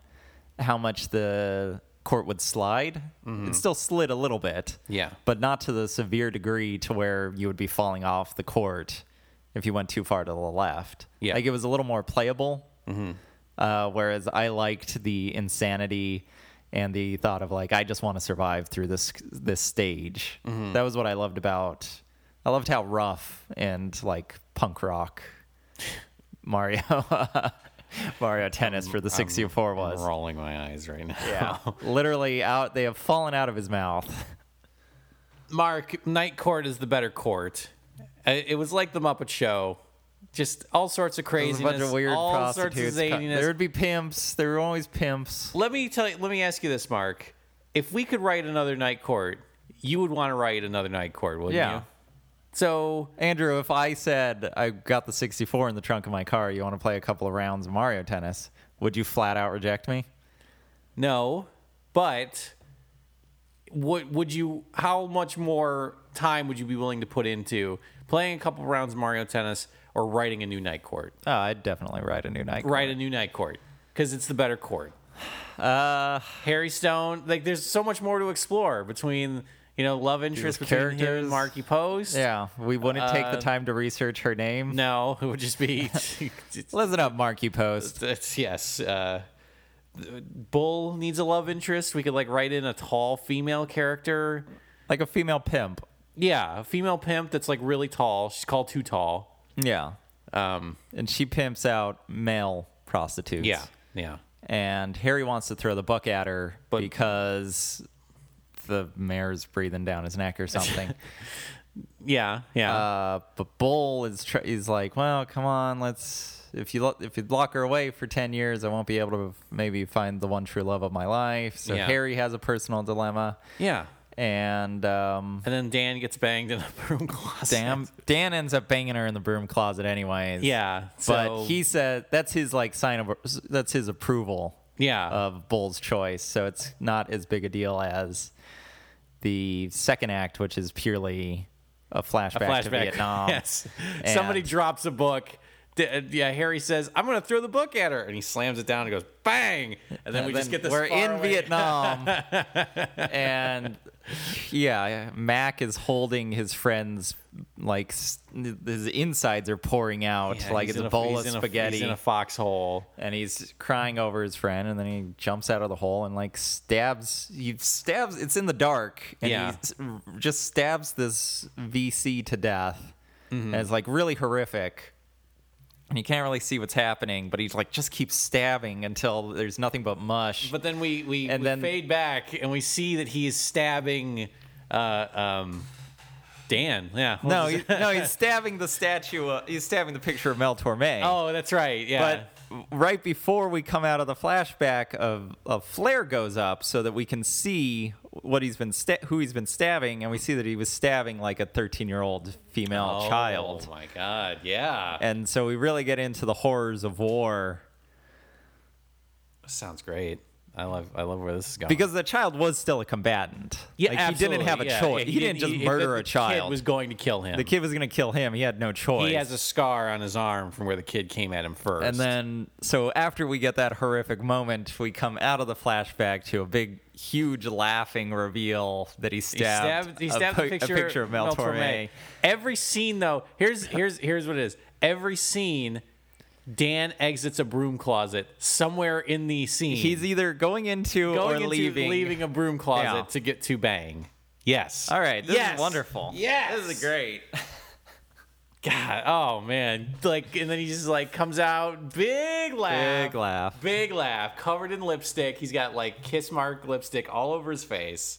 how much the court would slide. It still slid a little bit,
Mm-hmm. Yeah.
but not to the severe degree to where you would be falling off the court if you went too far to the left.
Yeah. Mm-hmm.
like it was a little more playable. Uh, whereas I liked the insanity and the thought of like I just want to survive through this this stage.
Mm-hmm.
That was what I loved about. I loved how rough and like punk rock Mario Mario Tennis for the 64 was.
I'm rolling my eyes right now.
Yeah, literally out. They have fallen out of his mouth.
Mark, Night Court is the better court. Uh, It was like the Muppet Show. Just all sorts of
There's a
craziness,
bunch of weird
all
prostitutes.
sorts of
co-
zaniness.
There would be pimps. There were always pimps.
Let me tell you. Let me ask you this, Mark. If we could write another Night Court, you would want to write another Night Court, wouldn't
Yeah.
you? So
Andrew, if I said I got the 64 in the trunk of my car, you want to play a couple of rounds of Mario Tennis, would you flat out reject me?
No, but would would you? How much more time would you be willing to put into playing a couple rounds of Mario Tennis or writing a new night court?
Oh, I'd definitely ride a new night.
Write a new night court because it's the better court. Uh, Harry Stone. Like, there's so much more to explore between you know love interest
These
between him and
characters.
Marky Post.
Yeah, we wouldn't take the
Uh,
time to research her name.
No, it would just be
Listen up, Marky Post.
That's yes. Uh, Bull needs a love interest. We could like write in a tall female character.
Like a female pimp.
Yeah, a female pimp that's like really tall. She's called too tall.
Yeah.
Um,
And she pimps out male prostitutes.
yeah, yeah.
And Harry wants to throw the book at her
But-
because the mayor's breathing down his neck or something.
Yeah, yeah.
Uh, but Bull is tr- he's like, well, come on, let's. If you lo- if you lock her away for ten years, I won't be able to maybe find the one true love of my life. So
Yeah.
Harry has a personal dilemma,
yeah.
and um,
And then Dan gets banged in a broom closet.
Dan Dan ends up banging her in the broom closet, anyways.
Yeah.
but
So,
he said that's his like sign of that's his approval
Yeah.
of Bull's choice. So it's not as big a deal as the second act, which is purely a flashback, to
flashback.
Vietnam.
yes. Somebody
And-
drops a book. D- uh, yeah, Harry says, "I'm gonna throw the book at her," and he slams it down and goes bang. And then we just get this.
We're
far
in
away-
Vietnam, and yeah, Mac is holding his friend's like s- his insides are pouring out
Yeah,
like
he's
it's
in
a, bowl
he's
of
in a-
spaghetti,
he's in a foxhole.
and he's crying over his friend, and then he jumps out of the hole and like stabs. He stabs. It's in the dark, and
Yeah.
he s- just stabs this VC to death,
Mm-hmm.
and it's like really horrific. And you can't really see what's happening, but he's like just keeps stabbing until there's nothing but mush.
But then we we,
And
we
then-
fade back and we see that he is stabbing uh, um, Dan. Yeah. What
No,
was
he,
it?
no, he's stabbing the statue. Uh, he's stabbing the picture of Mel Torme.
oh, that's right. Yeah.
But right before we come out of the flashback, of a flare goes up so that we can see what he's been sta- who he's been stabbing, and we see that he was stabbing like a 13-year-old female child.
Oh my God. Yeah.
And so we really get into the horrors of war.
Sounds great. I love I love where this is going.
Because the child was still a combatant.
yeah,
like, he didn't
absolutely.
have a
Yeah,
choice.
yeah,
he, didn't just
he-
murder
the
a child.
Kid was going to kill him.
the kid was going to kill him. He had no choice.
he has a scar on his arm from where the kid came at him first.
and then, so after we get that horrific moment, we come out of the flashback to a big, huge laughing reveal that he
he
stabbed,
stabbed, he
a
stabbed
pi-
the
a,
picture,
picture of Mel, Torme.
Every scene though, here's here's here's what it is. Every scene, Dan exits a broom closet somewhere in the scene.
He's either going into
going
or
into
leaving.
leaving a broom closet
Yeah.
to get to bang. Yes.
All right, this
Yes.
is wonderful.
Yes.
this is great.
God. Oh man. Like, and then he just like comes out, big laugh,
Big laugh.
big laugh, covered in lipstick. He's got like kiss mark lipstick all over his face.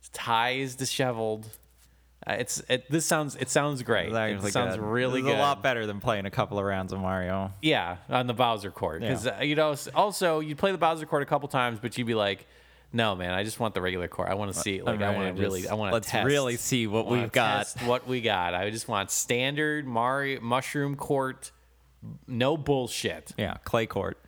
His tie is disheveled. Uh, it's it, this sounds it sounds great.
That
it
was
sounds
good.
really
This is
good.
A lot better than playing a couple of rounds of Mario.
Yeah, on the Bowser court because
Yeah.
uh, you know. s- Also, you'd play the Bowser court a couple times, but you'd be like, "No, man, I just want the regular court. I want to see. Like, I
Alright,
want to really.
just-
I want to
Let's really see what we've got.
Test what we got. I just want standard Mario mushroom court. No bullshit.
Yeah, clay court.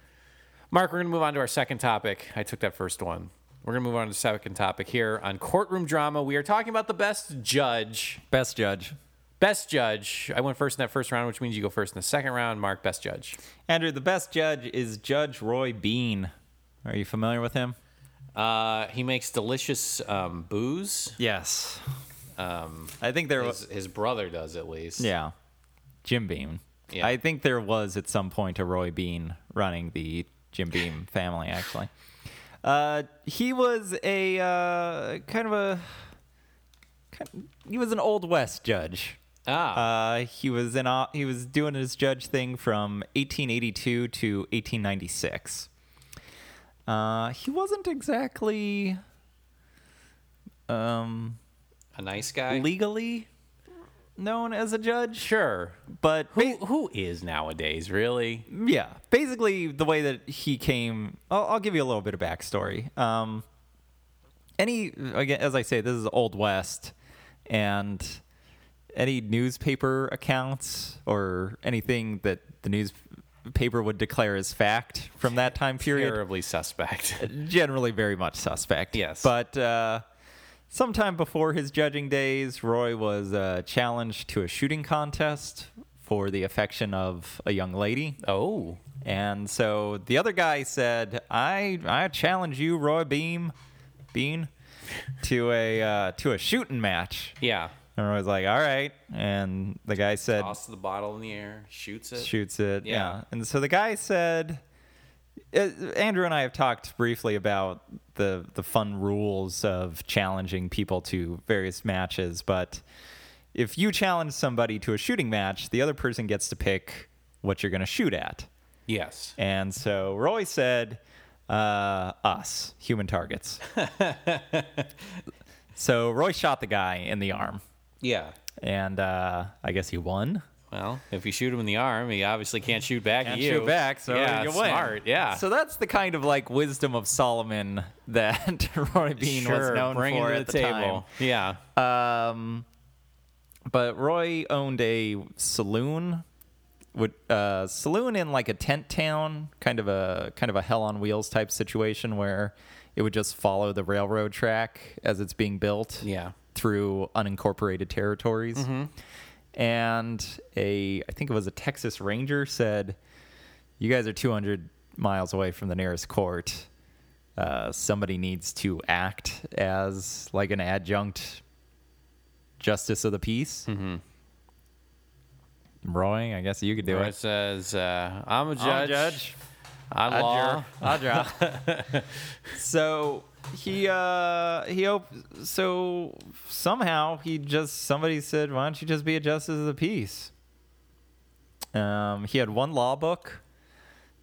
Mark, we're going to move on to our second topic. I took that first one. We're going to move on to the second topic here on courtroom drama. We are talking about the best judge.
Best judge.
Best judge. I went first in that first round, which means you go first in the second round. Mark, best judge.
Andrew, the best judge is Judge Roy Bean. Are you familiar with him?
Uh, he makes delicious um, booze.
Yes. I think there was.
His, his brother does, at least.
Yeah. Jim Beam.
Yeah.
I think there was at some point a Roy Bean running the Jim Beam family, actually. Uh, he was a uh, kind of a. Kind he was an Old West judge.
Ah,
Uh, he was in o- he was doing his judge thing from 1882 to 1896. Uh, he wasn't exactly um,
a nice guy.
legally known as a judge,
sure.
but
Who, who is nowadays, really?
yeah, basically the way that he came. I'll, I'll give you a little bit of backstory. Um, any again, as I say, this is old west, and any newspaper accounts or anything that the newspaper would declare as fact from that time period
Terribly suspect.
generally very much suspect.
Yes.
But uh, sometime before his judging days, Roy was uh, challenged to a shooting contest for the affection of a young lady.
oh.
And so the other guy said, "I I challenge you, Roy Beam, Bean, to a uh, to a shooting match."
Yeah.
And Roy's like, "All right." And the guy said,
Tosses the bottle in the air, shoots it.
shoots it.
Yeah.
Yeah. And so the guy said, uh, Andrew and I have talked briefly about the the fun rules of challenging people to various matches, but if you challenge somebody to a shooting match, the other person gets to pick what you're going to shoot at.
Yes.
And so Roy said, uh, us, human targets. so Roy shot the guy in the arm,
Yeah.
and uh, I guess he won.
Well, if you shoot him in the arm, he obviously can't shoot back
and
at you.
shoot back. So
yeah,
you win.
smart. Yeah.
So that's the kind of like wisdom of Solomon that Roy Bean
sure,
was known
bring
for
it to
at
the,
the,
table. Yeah.
time. Um, but Roy owned a saloon, would uh, saloon in like a tent town, kind of a kind of a hell on wheels type situation where it would just follow the railroad track as it's being built
Yeah.
through unincorporated territories. And a, I think it was a Texas Ranger said, "You guys are 200 miles away from the nearest court. Uh, somebody needs to act as like an adjunct justice of the peace." Mm-hmm. Roy, I guess you could do
Where it
it.
says, uh, I'm a judge. On
I'll
law.
draw. I'll draw. so he uh he op- so somehow he just somebody said why don't you just be a justice of the peace um he had one law book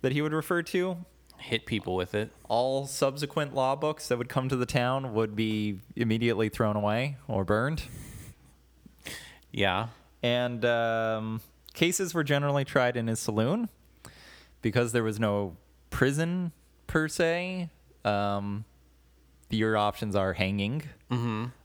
that he would refer to
Hit people with it.
all subsequent law books that would come to the town would be immediately thrown away or burned
Yeah.
and um, cases were generally tried in his saloon because there was no prison per se. Um, your options are hanging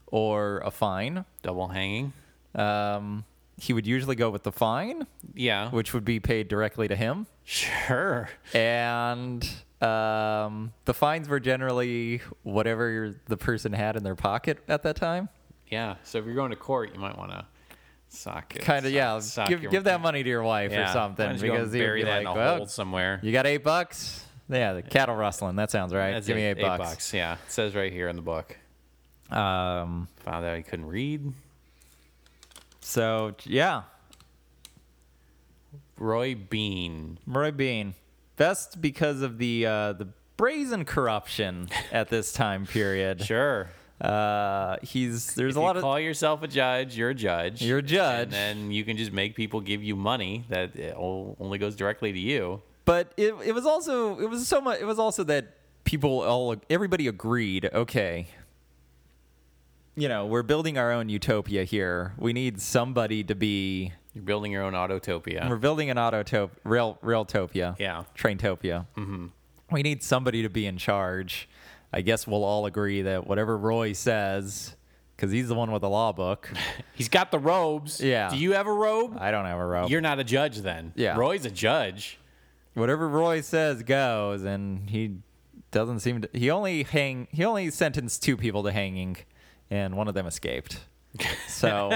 or a fine.
Double hanging.
Um, he would usually go with the fine,
Yeah.
which would be paid directly to him,
Sure.
and Um, the fines were generally whatever the person had in their pocket at that time.
Yeah. So if you're going to court, you might want to sock it.
Kind of,
sock-
yeah.
sock
give
your-
give that money to your wife
Yeah.
or
Why
something
don't you go
because
and
you'd
bury
be
that
like,
in a
well,
hole somewhere.
you got eight bucks. Yeah, the cattle rustling. That sounds right.
That's
Give me
eight,
eight, bucks.
Yeah, it says right here in the book.
Um,
Found out he couldn't read.
So
yeah,
Roy Bean.
Roy Bean,
best because of the uh, the brazen corruption at this time period.
Sure.
Uh, he's there's
If
a
you
lot of
call yourself a judge, you're a judge.
You're a
And
judge.
then you can just make people give you money that it o- only goes directly to you.
but it, it was also it was so much it was also that people all everybody agreed okay you know we're building our own utopia here we need somebody to be
You're building your own autotopia.
we're building an autotop rail railtopia
Yeah.
traintopia mm-hmm. we need somebody to be in charge i guess we'll all agree that whatever roy says because he's the one with the law book
He's got the robes.
Yeah.
Do you have a robe?
i don't have a rope
You're not a judge then.
Yeah.
Roy's a judge.
whatever Roy says goes, and he doesn't seem to. He only hang. He only sentenced two people to hanging, and one of them escaped. So,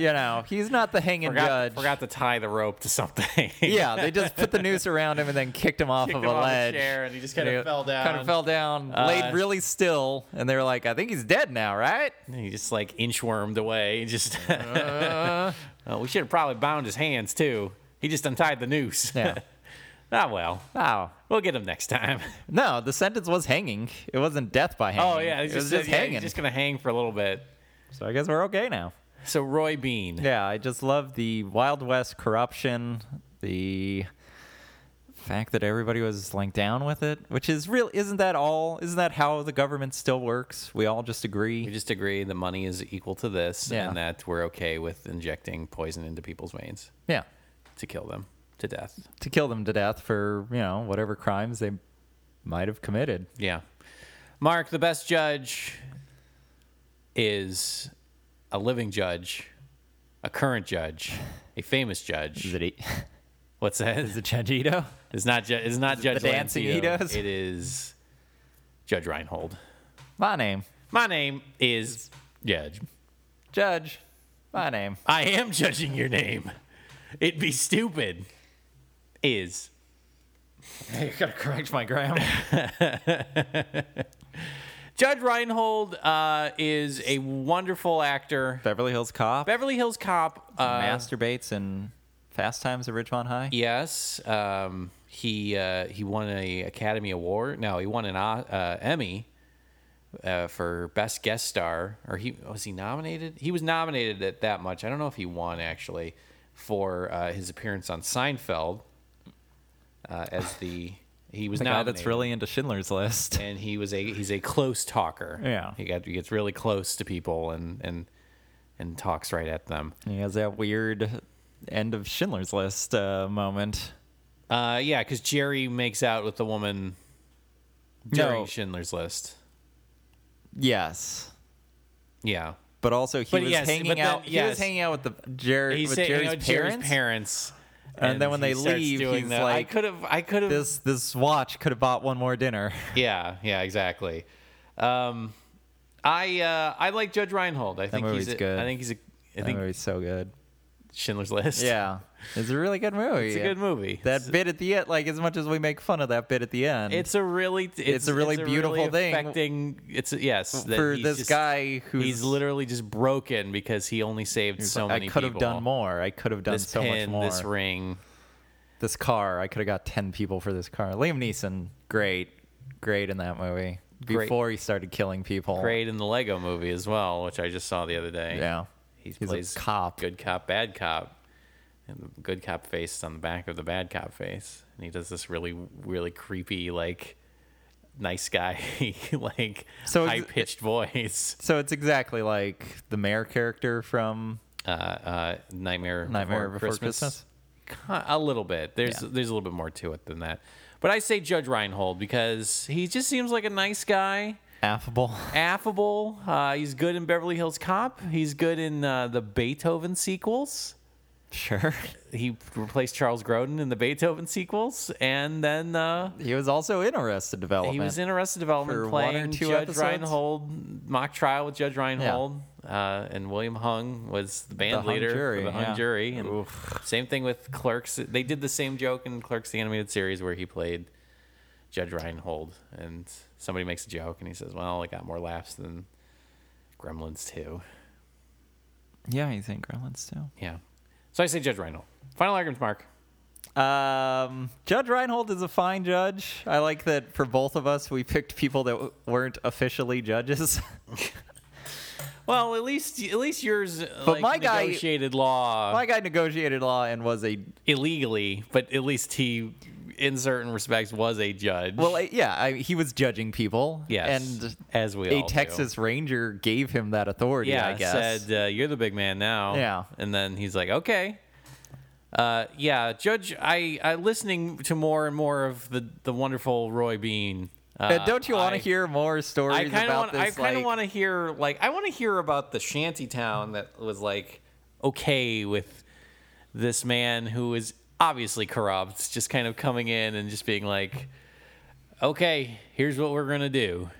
you know, he's not the hanging
Forgot,
judge.
forgot to tie the rope to something.
Yeah, they just put the noose around him and then kicked him off
Kicked
of
him
a
off a
ledge.
chair, Uh, and he just kinda fell
Kind
down.
of fell down, laid really still, and they were like, "I think he's dead now, right?"
And he just like inchwormed away. Just
Uh.
Oh, we should have probably bound his hands too. He just untied the noose.
Yeah.
ah well.
Wow.
We'll get him next time.
No, the sentence was hanging. It wasn't death by hanging.
Oh yeah,
it
he's
was
just,
just
yeah, he's
hanging.
just gonna hang for a little bit.
So I guess we're okay now.
So Roy Bean.
Yeah, I just love the Wild West corruption, the fact that everybody was like down with it, which is real. Isn't that all? Isn't that how the government still works? We all just
We
agree.
just agree the money is equal to this,
Yeah.
and that we're okay with injecting poison into people's veins
Yeah,
to kill them to death.
to kill them to death for you know whatever crimes they might have committed.
Yeah. Mark, the best judge is a living judge, a current judge, a famous
Is
judge.
it? E-
What's that?
Is it Chanchito?
It's not. Ju- it's not Judge
the dancing he
Lancito.
does?
It is Judge Reinhold.
My name,
My name is Judge.
Judge. My name.
I am judging your name. It'd be stupid. Is
You gotta correct my grammar.
Judge Reinhold uh, is a wonderful actor.
Beverly Hills Cop
Beverly Hills Cop. Uh,
masturbates in Fast Times at Ridgemont High.
Yes, um, he uh, he won a Academy Award. No, he won an O- uh, Emmy uh, for best guest star. Or he was he nominated? He was nominated at that much. I don't know if he won actually for uh, his appearance on Seinfeld uh, as the he was
The guy
nominated.
that's really into Schindler's List.
and he was a he's a close talker.
Yeah.
he got he gets really close to people and and and talks right at them.
He has that weird end of Schindler's List uh, moment.
Uh, yeah, because Jerry makes out with the woman during
No.
Schindler's List.
Yes,
Yeah,
but also he
But
was
yes,
hanging
but then-
out. He
yes.
was hanging out with the Jerry
he's
with
saying
Jerry's,
you know,
parents,
Jerry's parents.
And then when
he
they
starts
leave,
doing
he's
that. I
like,
could have, I could have.
This this watch could have bought one more dinner.
Yeah, yeah, exactly. Um, I uh, I like Judge Reinhold. I think he's
movie's
a,
good.
I think he's a. I
That
think
movie's so good.
Schindler's List.
Yeah, it's a really good movie.
it's a good movie.
That
it's,
bit at the end, like as much as we make fun of that bit at the end,
it's a really, it's,
a really beautiful thing.
Affecting, it's a- yes that
for
he's
this
just-
guy who's
he's literally just broken because he only saved so
I
many.
could have
people.
done more. I could have done
This
so
pin,
much more.
this ring.
this car. I could have got 10 people for this car. Liam Neeson, great, great in that movie.
Great.
Before he started killing people.
Great in the Lego movie as well, which I just saw the other day.
Yeah.
He
He's
plays
a cop.
good cop, bad cop. And the good cop face is on the back of the bad cop face. And he does this really, really creepy, like, nice guy, like,
So it's-
high pitched voice.
So it's exactly like the mayor character from
Uh, uh, Nightmare,
Nightmare
Before,
Before
Christmas.
Christmas?
Ki- A little bit. There's
Yeah.
there's a little bit more to it than that. But I say Judge Reinhold because he just seems like a nice guy.
Affable.
affable. Uh, he's good in Beverly Hills Cop. He's good in uh, the Beethoven sequels.
Sure.
He replaced Charles Grodin in the Beethoven sequels, and then uh,
He was also in Arrested Development.
he was in Arrested Development
For one or
playing
two
Judge
episodes?
Reinhold, mock trial with Judge Reinhold, uh, and William Hung was the band
hung
leader
jury,
for the Hung
yeah.
jury. And same thing with Clerks. They did the same joke in Clerks the animated series where he played Judge Reinhold, and somebody makes a joke and he says, "Well, it got more laughs than Gremlins 2.
yeah, he's in Gremlins too.
Yeah, so I say Judge Reinhold. Final argument, Mark.
Um, judge Reinhold is a fine judge. I like that for both of us, we picked people that w- weren't officially judges.
Well, at least at least yours.
But
like,
my guy-
negotiated law
My guy negotiated law and was a
illegally, but at least he, in certain respects, was a judge.
well, I- yeah, I, he was judging people.
yes,
and
as we
a
all do.
Texas Ranger gave him that authority.
yeah,
I guess.
said uh, you're the big man now.
Yeah.
and then he's like, okay. Uh, yeah, Judge. I, I listening to more and more of the the wonderful Roy Bean. Uh,
And don't you want
I-
to hear more stories
I kind of
about
want. I
this?
kind of
like-
want to hear like I want to hear about the shanty town that was like okay with this man who is obviously corrupt, just kind of coming in and just being like, "Okay, here's what we're gonna do.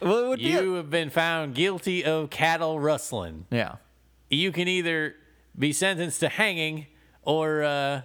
Well, it would be a-
You have been found guilty of cattle rustling.
yeah.
You can either be sentenced to hanging or uh,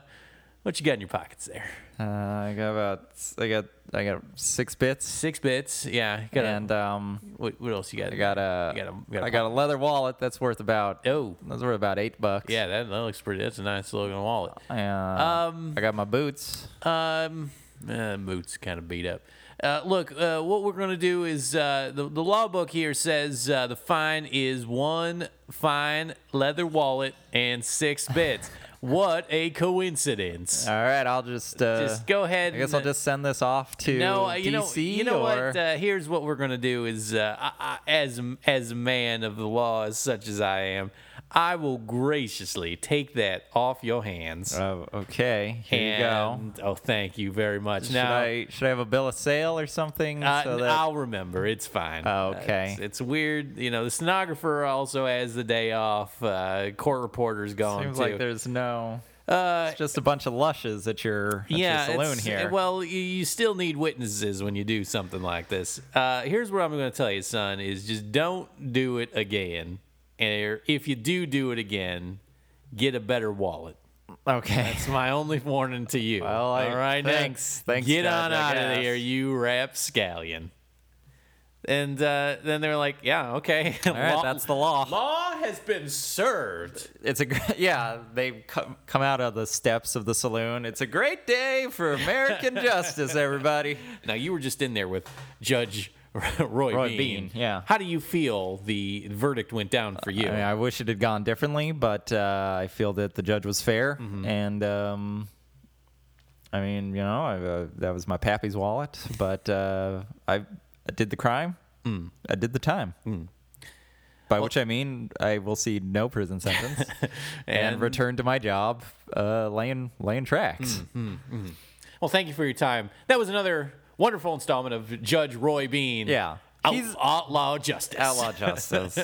what you got in your pockets there?
Uh, I got about I got I got six bits
Six bits, yeah. You got
and
a,
um
what, what else you got?
I got a,
You got a- you got a
I got a leather wallet that's worth about
oh."
that's worth about eight bucks.
Yeah, that, that looks pretty. That's a nice looking wallet.
Yeah.
Um,
I got my boots.
Um, uh, Moot's kind of beat up. Uh, look, uh, what we're going to do is uh, the, the law book here says uh, the fine is one fine leather wallet and six bits. what a coincidence.
All right, I'll just uh,
Just go ahead
I guess
and-
I'll just send this off to
no, uh, you know,
DC
you know
or
what? Uh, here's what we're gonna do: is uh, I, I, as as a man of the law, as such as I am, I will graciously take that off your hands.
Oh, okay. Here you go.
and, Oh, thank you very much.
Should
now,
I should I have a bill of sale or something?
Uh,
so
n-
that,
I'll remember. It's fine.
Oh,
Uh,
okay.
It's, it's weird. You know, the stenographer also has the day off. Uh, court reporter's gone
seems
too.
like there's no.
uh,
It's just a bunch of lushes at your, at
yeah,
your saloon
it's-
here.
Well, you, you still need witnesses when you do something like this. Uh, here's what I'm going to tell you, son: is just don't do it again. And if you do do it again, get a better wallet.
okay.
It's my only warning to you.
Well, I-
All right, now,
thanks- thanks,
Get
Judge,
on
I
out of
guess.
there, you rapscallion. And uh, then they were like, "Yeah, okay,
All right, that's the law.
law has been served."
It's a gr- yeah. They come come out of the steps of the saloon. It's a great day for American justice, everybody.
Now you were just in there with Judge Roy,
Roy
Bean.
Bean, yeah. Uh,
How do you feel the verdict went down for you?
I mean, I wish it had gone differently, but uh, I feel that the judge was fair, and um, I mean, you know, I, uh, that was my pappy's wallet, but uh, I, I did the crime, I did the time. By which I mean, I will see no prison sentence and,
And-
return to my job, uh, laying laying tracks.
well, thank you for your time. That was another wonderful installment of Judge Roy Bean.
Yeah.
Out-
He's-
outlaw justice.
Outlaw justice.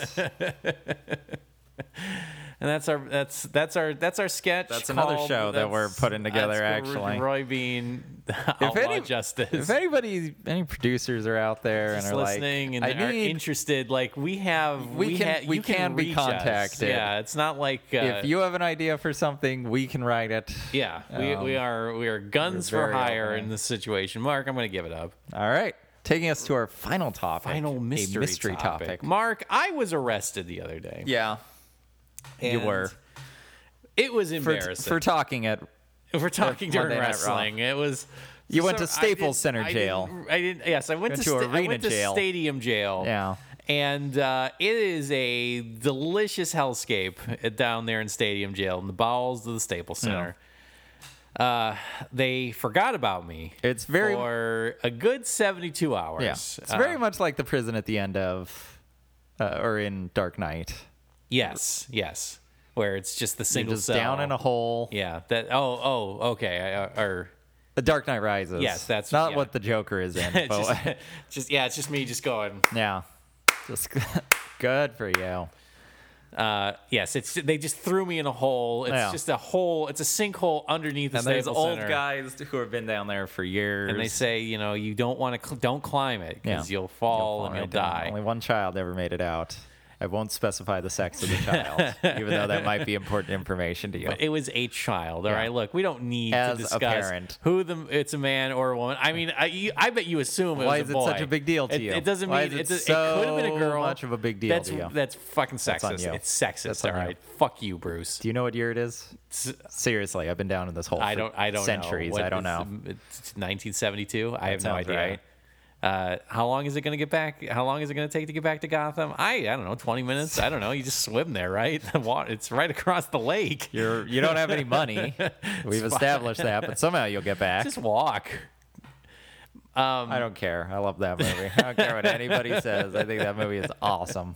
And that's our that's that's our that's our sketch.
That's another
called-
show that we're putting together,
that's the
actually.
Roy Bean, Outlaw
any-
Justice.
if anybody, any producers are out there
Just
and are
listening
like,
and
I
are
need
interested, like we have,
We can-
ha-
we
you
can be
reach us.
contacted.
Yeah, it's not like uh,
if you have an idea for something, we can write it.
Yeah, we, we are we are guns
Um, we're
for
very
hire
open.
in this situation. Mark, I'm going to give it up.
All right. Taking us to our final topic.
Final
a
mystery, topic. Mark, I was arrested the other day.
Yeah. you
and
were.
It was
For,
embarrassing.
for talking at
If we're talking during
Monday Night Raw.
wrestling, it was.
You went
so
to Staples
I did-
Center
I
jail.
didn't- I didn't. Yes, I went,
Went
to,
to
sta- I
arena
went to
jail.
stadium jail.
Yeah.
And uh, it is a delicious hellscape uh, down there in stadium jail in the bowels of the Staples Center. Uh, they forgot about me.
It's very-
for a good seventy-two hours.
yeah. It's
Uh,
very much like the prison at the end of uh, or in Dark Knight.
yes, yes. Where it's just the
You're
single
just
cell
down in a hole.
Yeah. That. Oh. Oh. Okay. I, uh, or.
The Dark Knight Rises.
Yes, that's-
not
yeah.
what the Joker is in. But
just, just yeah, it's just me just going.
yeah. Just good for you.
Uh, yes, it's they just threw me in a hole. It's
Yeah.
just a hole. It's a sinkhole underneath the
And there's
Staples
old
Center.
guys who have been down there for years.
And they say, you know, you don't want to, cl- don't climb it because
Yeah.
you'll fall and
All
you'll die.
right, Only one child ever made it out. I won't specify the sex of the child, even though that might be important information to you.
But it was a child. All right, look, we don't need
As
to
a
discuss
parent.
who the it's a man or a woman. I mean, I, you, I bet you assume it
Why
was
is
a
it
boy.
such a big deal to
it,
you?
It doesn't
Why
mean
is
it,
it
does- it could have been a
so
girl.
much of a big deal
That's
to you?
that's fucking sexist.
on you.
It's sexist.
That's
all
on you.
right, fuck you, Bruce.
Do you know what year it is? Seriously, I've been down in this hole.
uh, I
for
don't. I don't
centuries.
know. What
I don't
is-
know.
It's 1972. I have no
sounds
idea.
right.
Uh, how long is it going to get back? How long is it going to take to get back to Gotham? I I don't know. 20 minutes. I don't know. You just swim there, right? The water. It's right across the lake.
You're you don't have any money. We've established that, but somehow you'll get back.
just walk.
I don't care. I love that movie. I don't care what anybody says. I think that movie is awesome.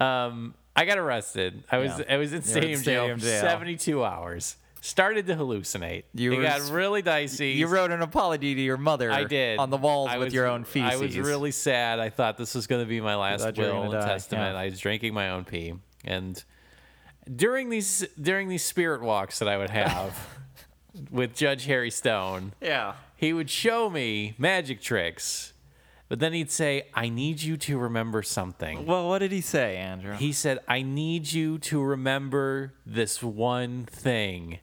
Um, I got arrested. I was
Yeah.
I was in
You were
stadium,
in stadium
jail,
jail.
for 72 hours. Started to hallucinate.
You
it
were
got
s-
really dicey.
You wrote an apology to your mother.
I did
on the walls
I
with
was-
your own feces.
I was really sad. I thought this was going to be my last
thought you were
will
gonna
and
die,
testament.
yeah.
I was drinking my own pee, and during these during these spirit walks that I would have with Judge Harry Stone,
yeah.
he would show me magic tricks, but then he'd say, "I need you to remember something."
Well, what did he say, Andrew?
He said, I need you to remember this one thing.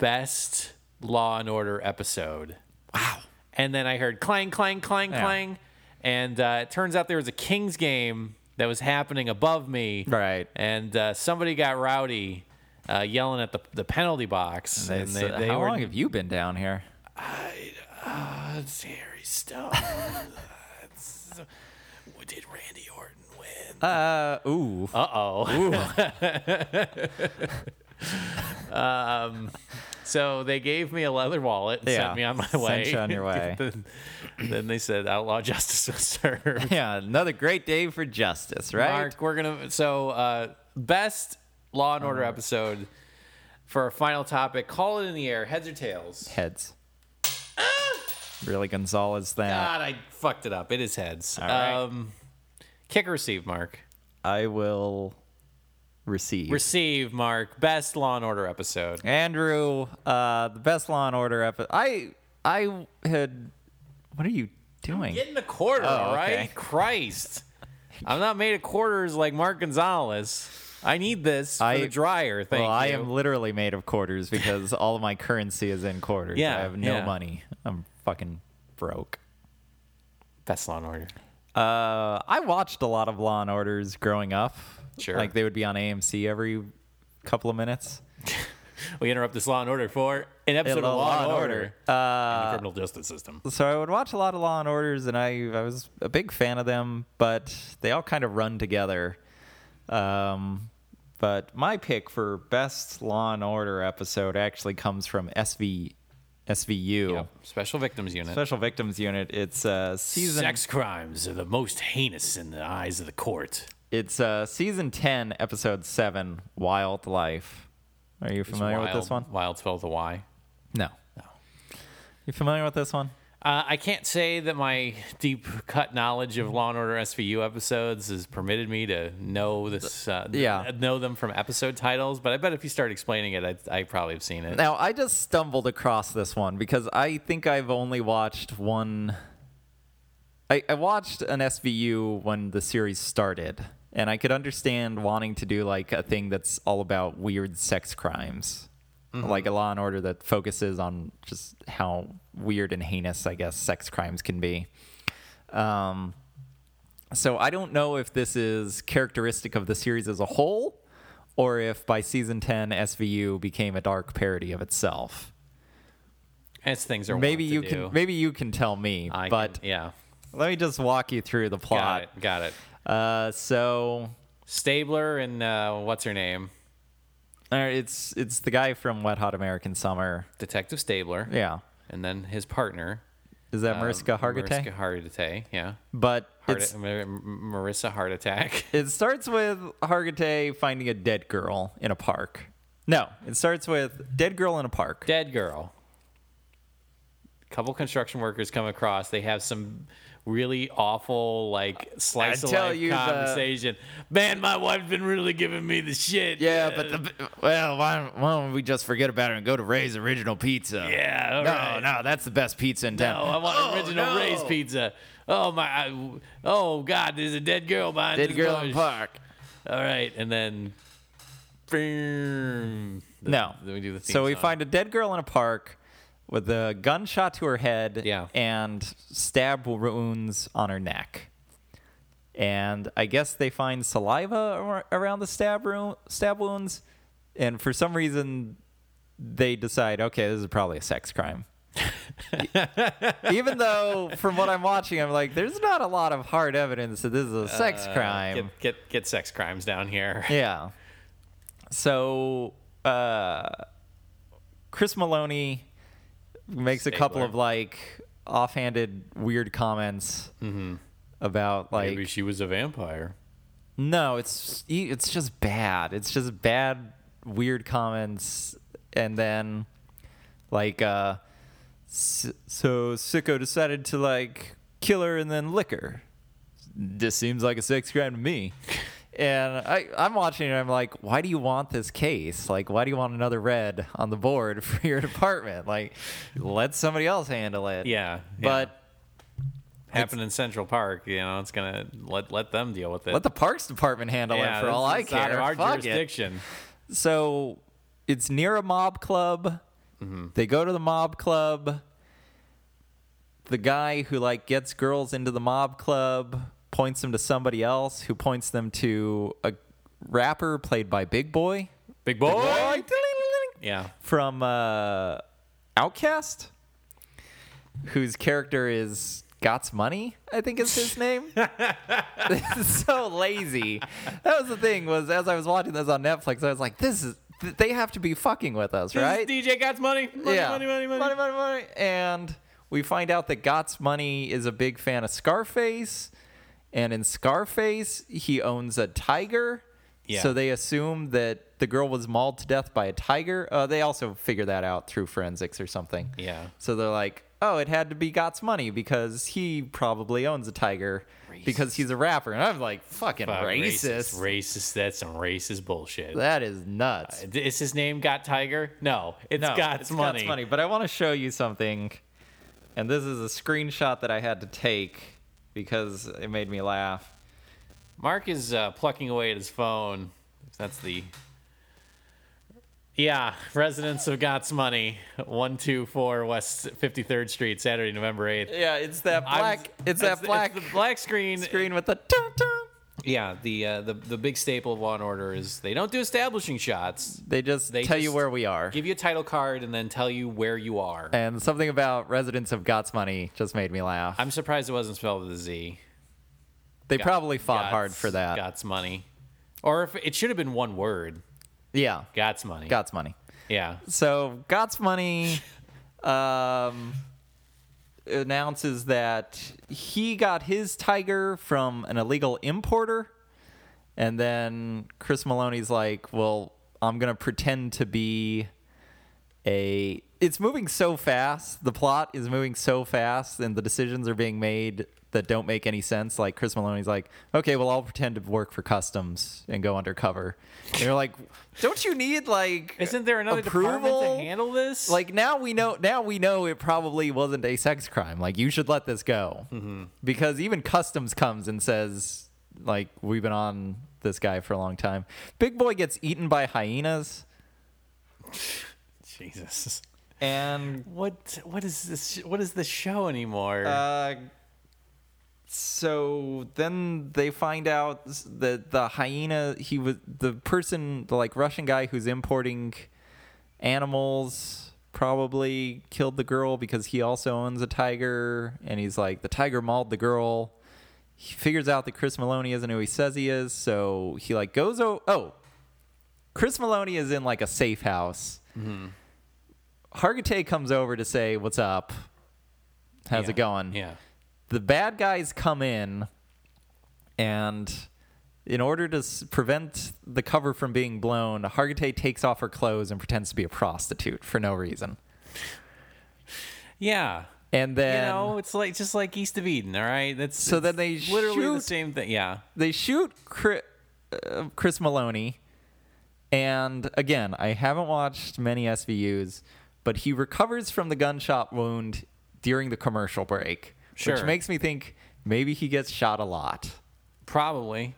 Best Law and Order episode. Wow. And then I heard clang, clang, clang,
Yeah.
clang. And uh, it turns out there was a Kings game that was happening above me.
Right.
And uh, somebody got rowdy. Uh, yelling at the, the penalty box, and they,
said,
they
uh, How
were
long have you been down here?
That's Harry Stone. That's- uh, Did Randy Orton win?
Uh, ooh.
Uh oh. um, Um, so they gave me a leather wallet and
Yeah,
sent me on my
sent
way.
you on your way.
then, then they said outlaw justice was served.
yeah, another great day for justice, right?
Mark, we're gonna so uh, best Law and Order
Oh.
episode for our final topic. Call it in the air. Heads or tails?
Heads. really Gonzalez thing.
God, I fucked it up. It is heads.
right.
Um, kick or receive, Mark.
I will receive.
Receive, Mark. Best Law and Order episode.
Andrew, uh, the best Law and Order episode. I I had. What are you doing?
Get in the quarter, all right?
Oh, okay.
Christ. I'm not made of quarters like Mark Gonzalez. I need this for
I-
the dryer. Thank
well, I
you.
am literally made of quarters because all of my currency is in quarters.
Yeah,
I have no
yeah.
money. I'm fucking broke.
Best Law and Order.
Uh, I watched a lot of Law and Orders growing up.
Sure.
Like they would be on AMC every couple of minutes.
We interrupt this Law and Order for an episode of
Law
Law, and
and
Order,
Order. Uh,
in the criminal justice system.
so I would watch a lot of Law and Orders, and I I was a big fan of them, but they all kind of run together. Um, but my pick for best Law and Order episode actually comes from SV SVU
Yep. Special Victims Unit.
Special Victims Unit. It's uh, season
Sex crimes are the most heinous in the eyes of the court.
it's uh, season ten, episode seven, Wildlife. Are you familiar with this one?
Wild- Wild spelled with a Y.
No. No. You familiar with this one?
Uh, I can't say that my deep cut knowledge of Law and Order SVU episodes has permitted me to know this, uh,
Yeah.
know them from episode titles. But I bet if you start explaining it, I, I probably have seen it.
Now I just stumbled across this one because I think I've only watched one. I, I watched an SVU when the series started, and I could understand wanting to do like a thing that's all about weird sex crimes, like a Law and Order that focuses on just how weird and heinous, I guess, sex crimes can be. Um, so I don't know if this is characteristic of the series as a whole, or if by season ten SVU became a dark parody of itself.
As things are wont
Maybe
to
you
do.
can maybe you can tell me,
I can-
but
yeah,
let me just walk you through the
got
plot.
it, got it.
Uh, so
Stabler and uh, what's her name,
uh, it's it's the guy from Wet Hot American Summer.
Detective Stabler,
Yeah,
and then his partner
is that Mariska Hargitay?
Um, Mariska Hargitay, yeah,
But
Heart,
it's,
Mar- Marissa Heart Attack.
it starts with Hargitay finding a dead girl in a park. No, it starts with dead girl in a park.
Dead girl. couple construction workers come across. They have some really awful like slice
I
of
tell
life
you the-
conversation. Man, my wife's been really giving me the shit.
Yeah, but the, well, why don't, why don't we just forget about it and go to Ray's Original Pizza?
yeah, all
No,
right.
no, that's the best pizza in town.
Oh, I want original
no.
Ray's pizza. Oh my! I, oh God, there's a dead girl behind
Did
this
girl
bush.
in park.
All right, and then, boom. The-
No.
Then we do the theme
so we
song.
find a dead girl in a park with a gunshot to her head
Yeah.
and stab wounds on her neck. And I guess they find saliva ar- around the stab, ru- stab wounds. And for some reason, they decide, okay, this is probably a sex crime. E-, Even though, from what I'm watching, I'm like, there's not a lot of hard evidence that this is a sex crime.
Uh, Get, get get sex crimes down here.
Yeah. So uh, Chris Maloney makes a couple
Stabler.
of like offhanded weird comments about like
Maybe she was a vampire.
no, it's e, it's just bad. It's just bad weird comments and then like uh s- so Sicko decided to like kill her and then lick her. This seems like a sex crime to me. And I, I'm watching it. and I'm like, why do you want this case? Like, why do you want another red on the board for your department? Like, let somebody else handle it.
Yeah,
But
happened in Central Park. You know, it's gonna let let them deal with it.
let the parks department handle
yeah,
it for
this
all I
is out
care.
of our
Fuck it.
jurisdiction.
so it's near a mob club. They go to the mob club. The guy who like gets girls into the mob club points them to somebody else, who points them to a rapper played by Big Boy
Big boy. Yeah.
from uh, Outcast, whose character is Gots Money, I think is his name. this is so lazy. That was the thing was as I was watching this on Netflix, I was like, this is th- they have to be fucking with us, right?
This is DJ God's money. Money, money, money, money.
money, money. And we find out that Gots Money is a big fan of Scarface, and in Scarface, he owns a tiger.
Yeah.
So they assume that the girl was mauled to death by a tiger. Uh, they also figure that out through forensics or something.
Yeah.
So they're like, oh, it had to be Gots Money because he probably owns a tiger because he's a rapper. And I'm like, fucking
Fuck,
racist.
Racist. That's some racist bullshit.
That is nuts.
Is his name Got Tiger? No, it's
No,
God's
it's
money.
God's money. But I want to show you something, and this is a screenshot that I had to take because it made me laugh.
Mark is uh, plucking away at his phone. That's the. Yeah, residents of God's money, one two four West Fifty Third Street, Saturday, November eighth.
Yeah, it's that black. it's that black
the black screen.
screen with the. Dun, dun.
Yeah, the uh, the the big staple of Law and Order is they don't do establishing shots.
They just
They
tell you
just
where we are.
Give you a title card and then tell you where you are.
and something about residents of God's money just made me laugh.
I'm surprised it wasn't spelled with a Z.
they probably fought hard
Gots-
for that.
Gots money, or if it should have been one word.
Yeah,
Gots money.
God's money.
Yeah.
So Gots Money um, announces that he got his tiger from an illegal importer, and then Chris Maloney's like, "Well, I'm gonna pretend to be a." It's moving so fast. The plot is moving so fast, and the decisions are being made that don't make any sense. Like Chris Maloney's like, "Okay, well, I'll pretend to work for customs and go undercover." And you're like, "Don't you need like
Isn't there another department to handle this?
like now we know now we know it probably wasn't a sex crime like you should let this go because even customs comes and says like we've been on this guy for a long time big boy gets eaten by hyenas
Jesus.
and
What what is this? What is this show anymore?
uh so then they find out that the hyena he was the person the like russian guy who's importing animals probably killed the girl because he also owns a tiger and he's like the tiger mauled the girl he figures out that chris maloney isn't who he says he is so he like goes oh oh chris maloney is in like a safe house
Mm-hmm.
hargitay comes over to say what's up how's
Yeah.
it going
Yeah.
the bad guys come in and in order to s- prevent the cover from being blown hargitay takes off her clothes and pretends to be a prostitute for no reason
Yeah.
And then
You know, it's like just like East of Eden, all right? That's
So then they
it's literally the
shoot-
same thing. Yeah.
they shoot Chris, uh, Chris Maloney, and again, I haven't watched many SVUs, but he recovers from the gunshot wound during the commercial break, which
Sure.
makes me think maybe he gets shot a lot.
Probably.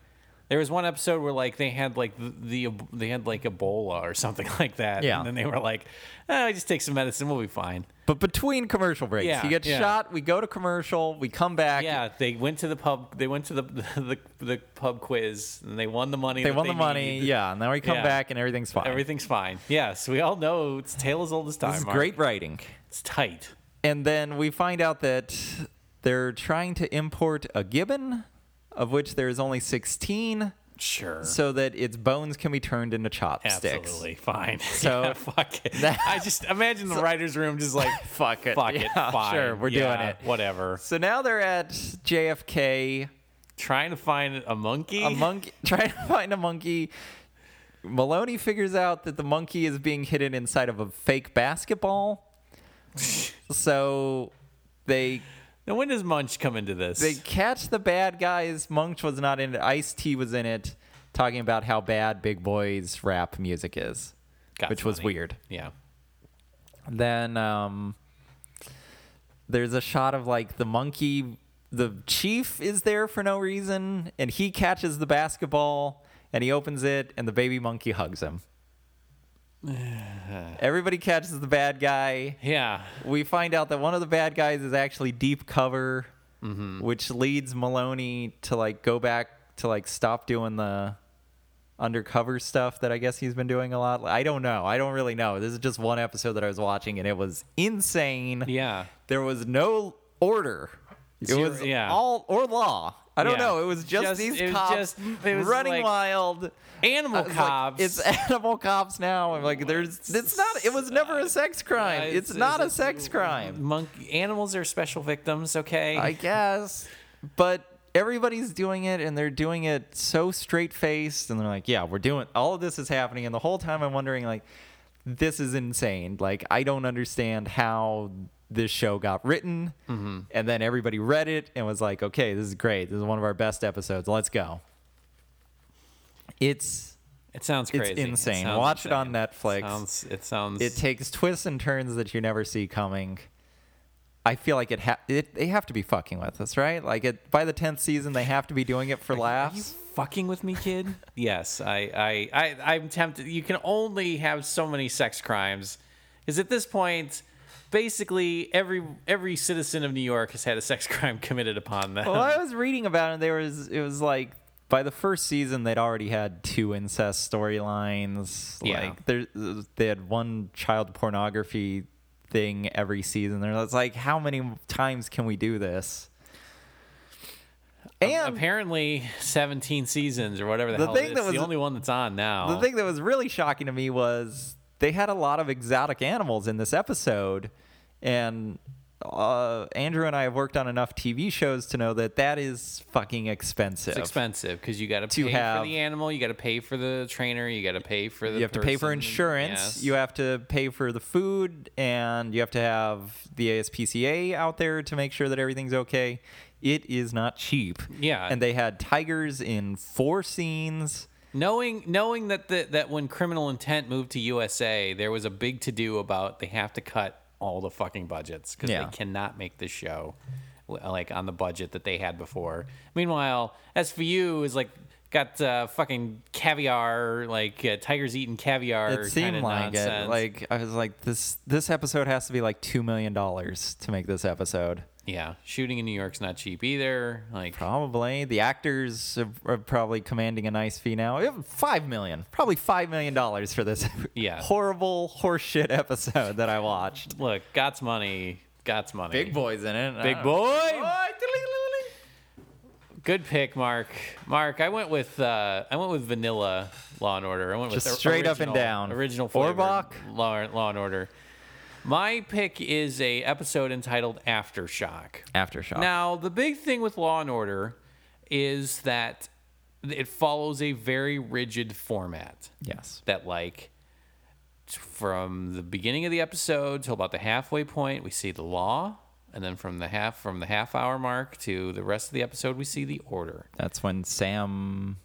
There was one episode where like they had like the, the they had like Ebola or something like that.
Yeah.
And then they were like, "Oh, just take some medicine, we'll be fine."
But between commercial breaks,
Yeah,
he gets
yeah.
shot. We go to commercial. We come back.
Yeah, they went to the pub. They went to the the, the pub quiz and they won the money.
They
that
won the money.
need.
Yeah, and then we come
Yeah.
back and everything's fine.
Everything's fine. Yes, we all know it's tale as old as time.
this is
Mark.
great writing.
It's tight.
And then we find out that they're trying to import a gibbon, of which there is only 16,
Sure.
so that its bones can be turned into chopsticks.
Absolutely fine.
So-
Yeah, fuck it.
That-
I just imagine the writers' room just like
Fuck it.
fuck it,
Yeah,
fine.
Sure, we're
Yeah,
doing it.
Whatever.
So now they're at JFK,
Trying to find a monkey.
a monkey, trying to find a monkey. Maloney figures out that the monkey is being hidden inside of a fake basketball. so they
Now, when does Munch come into this?
they catch the bad guys. Munch was not in it. Ice T was in it, talking about how bad Big Boy's rap music is,
Got
which was
funny.
weird.
Yeah.
Then um, there's a shot of like the monkey. The chief is there for no reason, and he catches the basketball and he opens it, and the baby monkey hugs him. Everybody catches the bad guy
Yeah.
we find out that one of the bad guys is actually deep cover,
Mm-hmm.
which leads Maloney to like go back to like stop doing the undercover stuff that I guess he's been doing a lot. I don't know. I don't really know. This is just one episode that I was watching and it was insane.
Yeah.
There was no order. It
Zero-
was
yeah.
all or law. I don't
Yeah.
know. It was just,
Just-
these
it was
cops
just- it was
running
like-
wild. I
Animal
was like,
cops.
it's animal cops now. I'm like, there's. It's not. It was never a sex crime.
Uh,
it's, not a
it's-
sex crime.
Monkey animals are special victims. Okay.
I guess. But everybody's doing it and they're doing it so straight faced and they're like, yeah, we're doing all of this is happening. And the whole time I'm wondering, like, this is insane. Like, I don't understand how this show got written.
Mm-hmm.
And then everybody read it and was like, okay, this is great. This is one of our best episodes. Let's go. It's
it sounds
it's
crazy.
insane.
sounds
Watch it on Netflix.
Sounds, it sounds.
it takes twists and turns that you never see coming. I feel like it, ha- it they have to be fucking with us, right? Like it by the tenth season, they have to be doing it for
Are you
laughs.
fucking with me, kid? yes, I, I, I, I'm tempted. You can only have so many sex crimes, because at this point, basically every every citizen of New York has had a sex crime committed upon them.
Well, I was reading about it. There was it was like by the first season, they'd already had two incest storylines.
Yeah.
Like there, they had one child pornography thing every season. There, it's like how many times can we do this? And
Apparently, 17 seasons or whatever the,
The
hell.
thing
it is.
that
It's the
was-
only one that's on now.
The thing that was really shocking to me was they had a lot of exotic animals in this episode, and uh, Andrew and I have worked on enough TV shows to know that that is fucking expensive.
It's expensive because you got to
To
pay
have-
for the animal, you got to pay for the trainer, you got to pay for the.
You have to pay for
person,
insurance.
yes.
You have to pay for the food, and you have to have the ASPCA out there to make sure that everything's okay. It is not cheap.
Yeah.
and they had tigers in four scenes.
knowing knowing that the, that when Criminal Intent moved to USA, there was a big to do about they have to cut all the fucking budgets because
Yeah.
they cannot make this show w- like on the budget that they had before. Meanwhile, SVU is like got uh, fucking caviar, like uh, tigers eating caviar.
It seemed
kinda
like
nonsense.
it. Like I was like, this this episode has to be like two million dollars to make this episode.
yeah, shooting in New York's not cheap either. Like
Probably the actors are, are probably commanding a nice fee now. Eh, Five million, probably five million dollars for this
Yeah.
horrible horseshit episode that I watched.
look, Got's money, Got's money.
Big boys in it.
Oh. Big boy. Good pick, Mark. Mark, I went with uh, I went with vanilla Law and Order. I went with
Just
the
straight
original,
up and down.
original flavored
Orbach.
Law, Law and Order. My pick is a episode entitled Aftershock.
Aftershock.
Now, the big thing with Law and Order is that it follows a very rigid format
yes.
that like from the beginning of the episode till about the halfway point we see the law and then from the half from the half hour mark to the rest of the episode, we see the order.
That's when Sam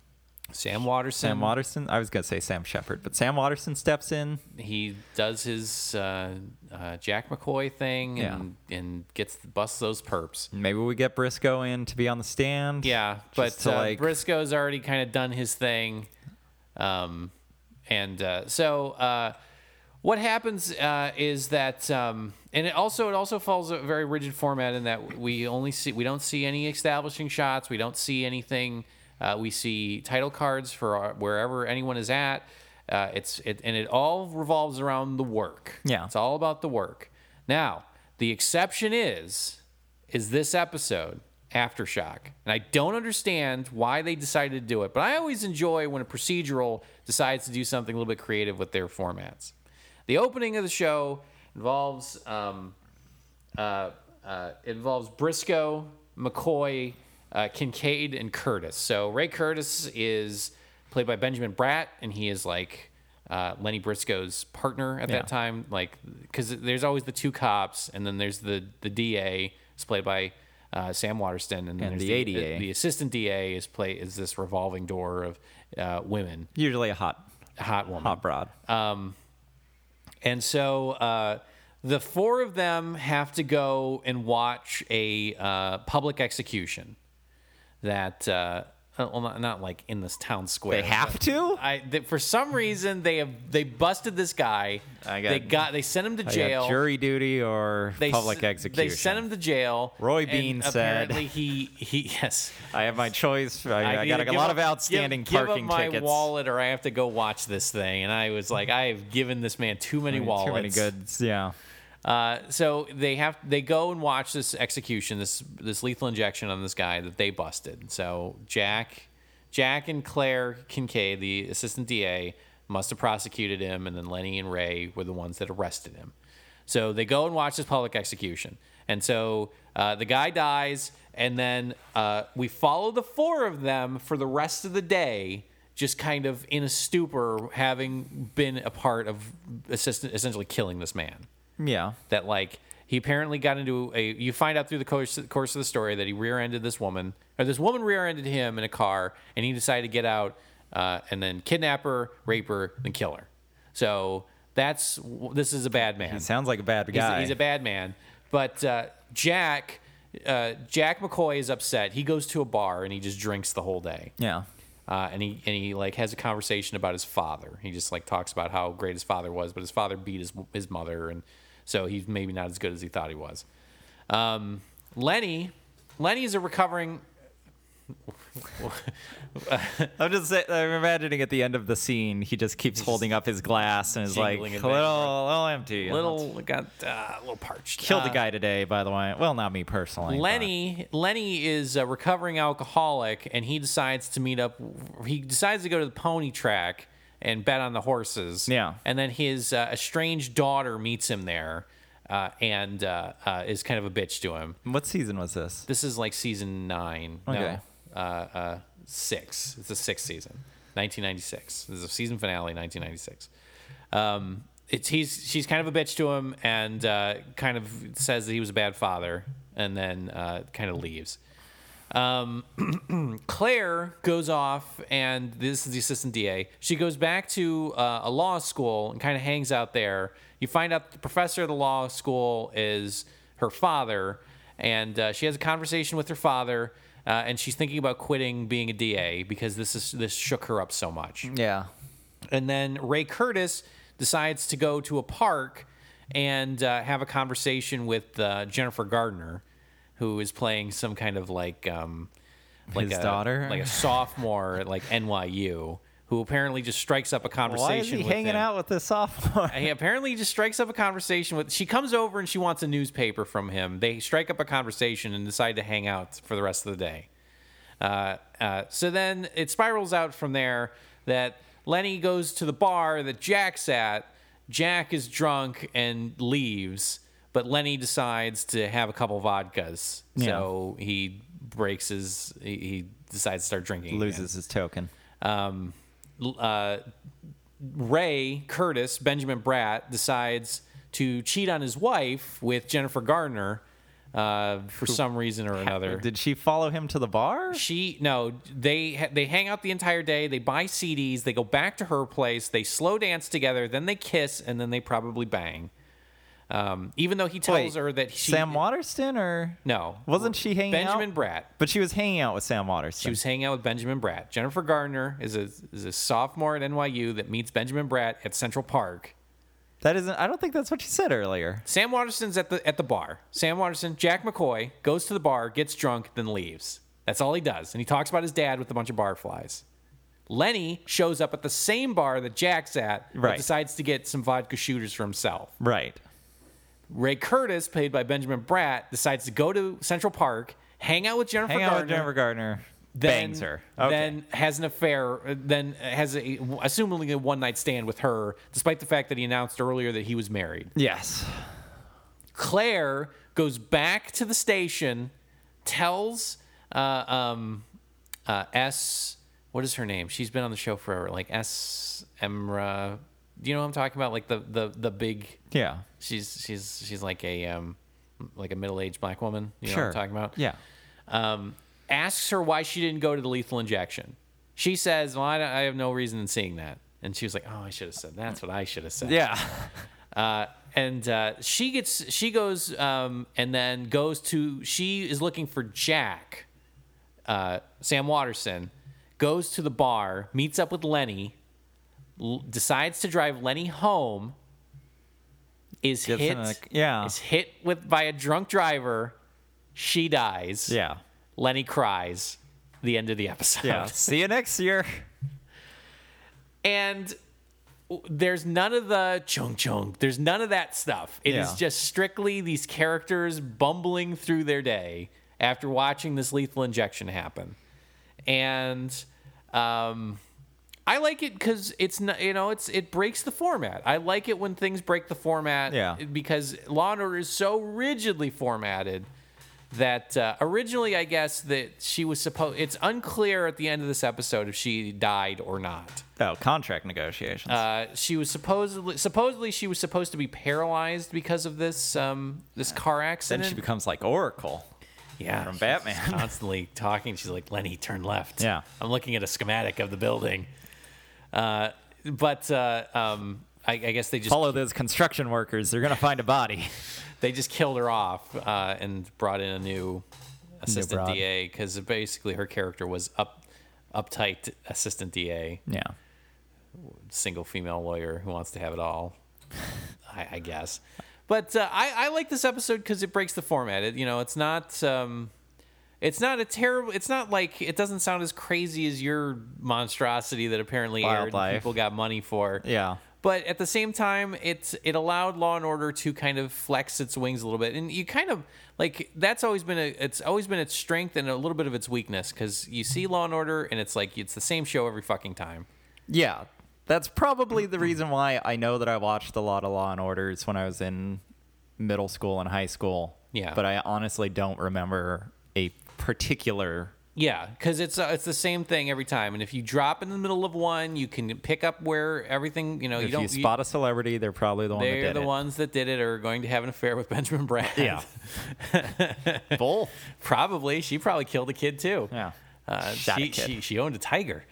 Sam Watterson.
Sam Watterson. I was gonna say Sam Shepard, but Sam Watterson steps in.
he does his uh, uh, Jack McCoy thing and and gets busts those perps.
Maybe we get Briscoe in to be on the stand.
Yeah,
Just
but
to,
uh,
like-
Briscoe's already kind of done his thing, um, and uh, so uh, what happens uh, is that, um, and it also it also follows a very rigid format in that we only see we don't see any establishing shots, we don't see anything, uh, we see title cards for our, wherever anyone is at. Uh, it's it, and it all revolves around the work.
Yeah.
it's all about the work. Now the exception is is this episode aftershock and i don't understand why they decided to do it but i always enjoy when a procedural decides to do something a little bit creative with their formats the opening of the show involves um, uh, uh, involves briscoe mccoy uh, kincaid and curtis so ray curtis is played by benjamin bratt and he is like uh, lenny briscoe's partner at that time like because there's always the two cops and then there's the the da is played by uh, Sam Waterston, and, then
And
there's
the
the,
ADA.
the assistant DA is play is this revolving door of uh, women,
Usually a hot,
hot woman,
hot broad.
and so uh, the four of them have to go and watch a uh, public execution that, uh, uh, well, not, not like in this town square.
they have to.
I, th- for some reason, they have they busted this guy.
I got-
they got they sent him to
I got
jail.
jury duty or
they
public
s-
execution.
They sent him to jail.
Roy
and
Bean said-
apparently he he yes.
I have my choice. I, I
need
got
to
a
give
lot
up-
of outstanding
give, give up
parking
my
tickets.
wallet, or I have to go watch this thing. And I was like, I have given this man too many wallets.
Too many goods. Yeah.
Uh, so they have they go and watch this execution, this this lethal injection on this guy that they busted. So Jack, Jack and Claire Kincaid, the assistant DA, must have prosecuted him, and then Lenny and Ray were the ones that arrested him. So they go and watch this public execution, and so uh, the guy dies, and then uh, we follow the four of them for the rest of the day just kind of in a stupor, having been a part of assistant, essentially killing this man.
Yeah.
uh,
Sounds like a bad
He's-
guy.
He's, a bad man. But uh, Jack, uh, Jack McCoy is upset. He goes to a bar and he just drinks the whole day.
yeah.
Uh, and he and he like has a conversation about his father. He just like talks about how great his father was, but his father beat his his mother, and so he's maybe not as good as he thought he was. Um, Lenny, Lenny is a recovering
I'm just sa- I'm imagining at the end of the scene, he just keeps holding up his glass and is like, a
jingling it
little,
back and
a little empty.
little got uh, a little parched.
Killed
Uh,
a guy today, by the way. Well, not me personally. but-
Lenny Lenny is a recovering alcoholic, and he decides to meet up. He decides to go to the pony track and bet on the horses.
Yeah.
and then his uh, estranged daughter meets him there, uh, and uh, uh, is kind of a bitch to him.
What season was this?
This is like season nine.
Okay.
No, uh, uh, six. It's the sixth season, 1996. This is a season finale, 1996. Um, it's he's she's kind of a bitch to him and uh, kind of says that he was a bad father and then uh, kind of leaves. Claire goes off, and this is the assistant DA. She goes back to uh, a law school and kind of hangs out there. You find out the professor of the law school is her father, and uh, she has a conversation with her father, uh, and she's thinking about quitting being a DA because this is this shook her up so much.
Yeah.
And then Ray Curtis decides to go to a park and uh, have a conversation with uh, Jennifer Gardner, who is playing some kind of like um, like
His
a,
daughter?
like a sophomore at like NYU, who apparently just strikes up a conversation.
Why is he
with
hanging
him.
out with this sophomore?
He apparently just strikes up a conversation with. She comes over and she wants a newspaper from him. They strike up a conversation and decide to hang out for the rest of the day. Uh, uh, so then it spirals out from there that Lenny goes to the bar that Jack's at. Jack is drunk and leaves, but Lenny decides to have a couple vodkas. So he breaks his. He, he decides to start drinking. again.
Loses his token.
Um, l- uh, Ray Curtis, Benjamin Bratt, decides to cheat on his wife with Jennifer Gardner, uh, for some reason or another.
Did she follow him to the bar?
She no, they ha- they hang out the entire day. They buy CDs. They go back to her place. They slow dance together. Then they kiss, and then they probably bang. Um, even though he tells
Wait,
her that she
Sam Waterston or
no
Wasn't she hanging out?
Benjamin Bratt.
But she was hanging out with Sam
She
Waterston.
was hanging out with Benjamin Bratt. Jennifer Gardner is a is a sophomore at NYU that meets Benjamin Bratt at Central Park.
that isn't. I don't think that's what she said earlier.
Sam Waterston's at the at the bar. Sam Waterston, Jack McCoy goes to the bar, gets drunk, then leaves. That's all he does. And he talks about his dad with a bunch of barflies. Lenny shows up at the same bar that Jack's at, but
Right.
decides to get some vodka shooters for himself.
Right.
Ray Curtis, played by Benjamin Bratt, decides to go to Central Park, hang out with Jennifer
Hang out
Gardner.
with Jennifer Gardner.
then-
bangs her. Okay.
Then has an affair. uh, Then has a assumingly a one night stand with her, despite the fact that he announced earlier that he was married.
yes.
Claire goes back to the station, tells uh, um, uh, S. What is her name? She's been on the show forever. Like S. Emra. Do you know what I'm talking about? Like the the the big.
Yeah.
She's she's she's like a um like a middle aged black woman. You know
sure.
what I'm talking about?
Yeah.
um, asks her why she didn't go to the lethal injection. She says, "Well, I, don't- I have no reason in seeing that." And she was like, "Oh, I should have said. That's what I should have said."
Yeah.
Uh, and uh, she gets, she goes, um, and then goes to. She is looking for Jack, uh, Sam Watterson. Goes to the bar, meets up with Lenny, l- decides to drive Lenny home. Is
Gets
hit,
in a- yeah.
is hit with by a drunk driver. She dies.
Yeah.
Lenny cries. The end of the episode.
Yeah. See you next year.
And w- there's none of the chung chung. There's none of that stuff. It is
Yeah.
just strictly these characters bumbling through their day after watching this lethal injection happen. And um, I like it because it's not, you know it's it breaks the format. I like it when things break the format.
Yeah.
Because Law and Order is so rigidly formatted that uh, originally I guess that she was supposed. It's unclear at the end of this episode if she died or not.
Oh, contract negotiations.
Uh, she was supposedly supposedly she was supposed to be paralyzed because of this um, this car
then
accident.
she becomes like Oracle.
yeah,
from
she's
Batman.
constantly talking. She's like, "Lenny, turn left."
Yeah.
I'm looking at a schematic of the building. Uh, but uh, um, I, I guess they just
Follow those construction workers. They're gonna find a body.
they just killed her off uh, and brought in a new assistant
broad.
DA because basically her character was up uptight assistant DA,
Yeah.
single female lawyer who wants to have it all. I, I guess, but uh, I, I like this episode because it breaks the format. It, you know, it's not. Um, it's not a terrible. It's not like it doesn't sound as crazy as your monstrosity that apparently aired and
Wildlife.
people got money for.
Yeah.
But at the same time, it's it allowed Law and Order to kind of flex its wings a little bit, and you kind of like that's always been a it's always been its strength and a little bit of its weakness because you see Law and Order and it's like it's the same show every fucking time.
Yeah.
That's probably the reason why I know that I watched a lot of Law and Orders when I was in middle school and high school.
Yeah.
But I honestly don't remember a particular.
Yeah, because it's uh, it's the same thing every time, and if you drop in the middle of one, you can pick up where everything you know. you
If you,
don't
spot a celebrity, they're probably the one that
they're
did
the
it.
ones that did it or are going to have an affair with Benjamin Bratt.
Yeah. Both.
probably she probably killed a kid too.
Yeah.
Uh,
Shot a
she,
kid.
she she owned a tiger.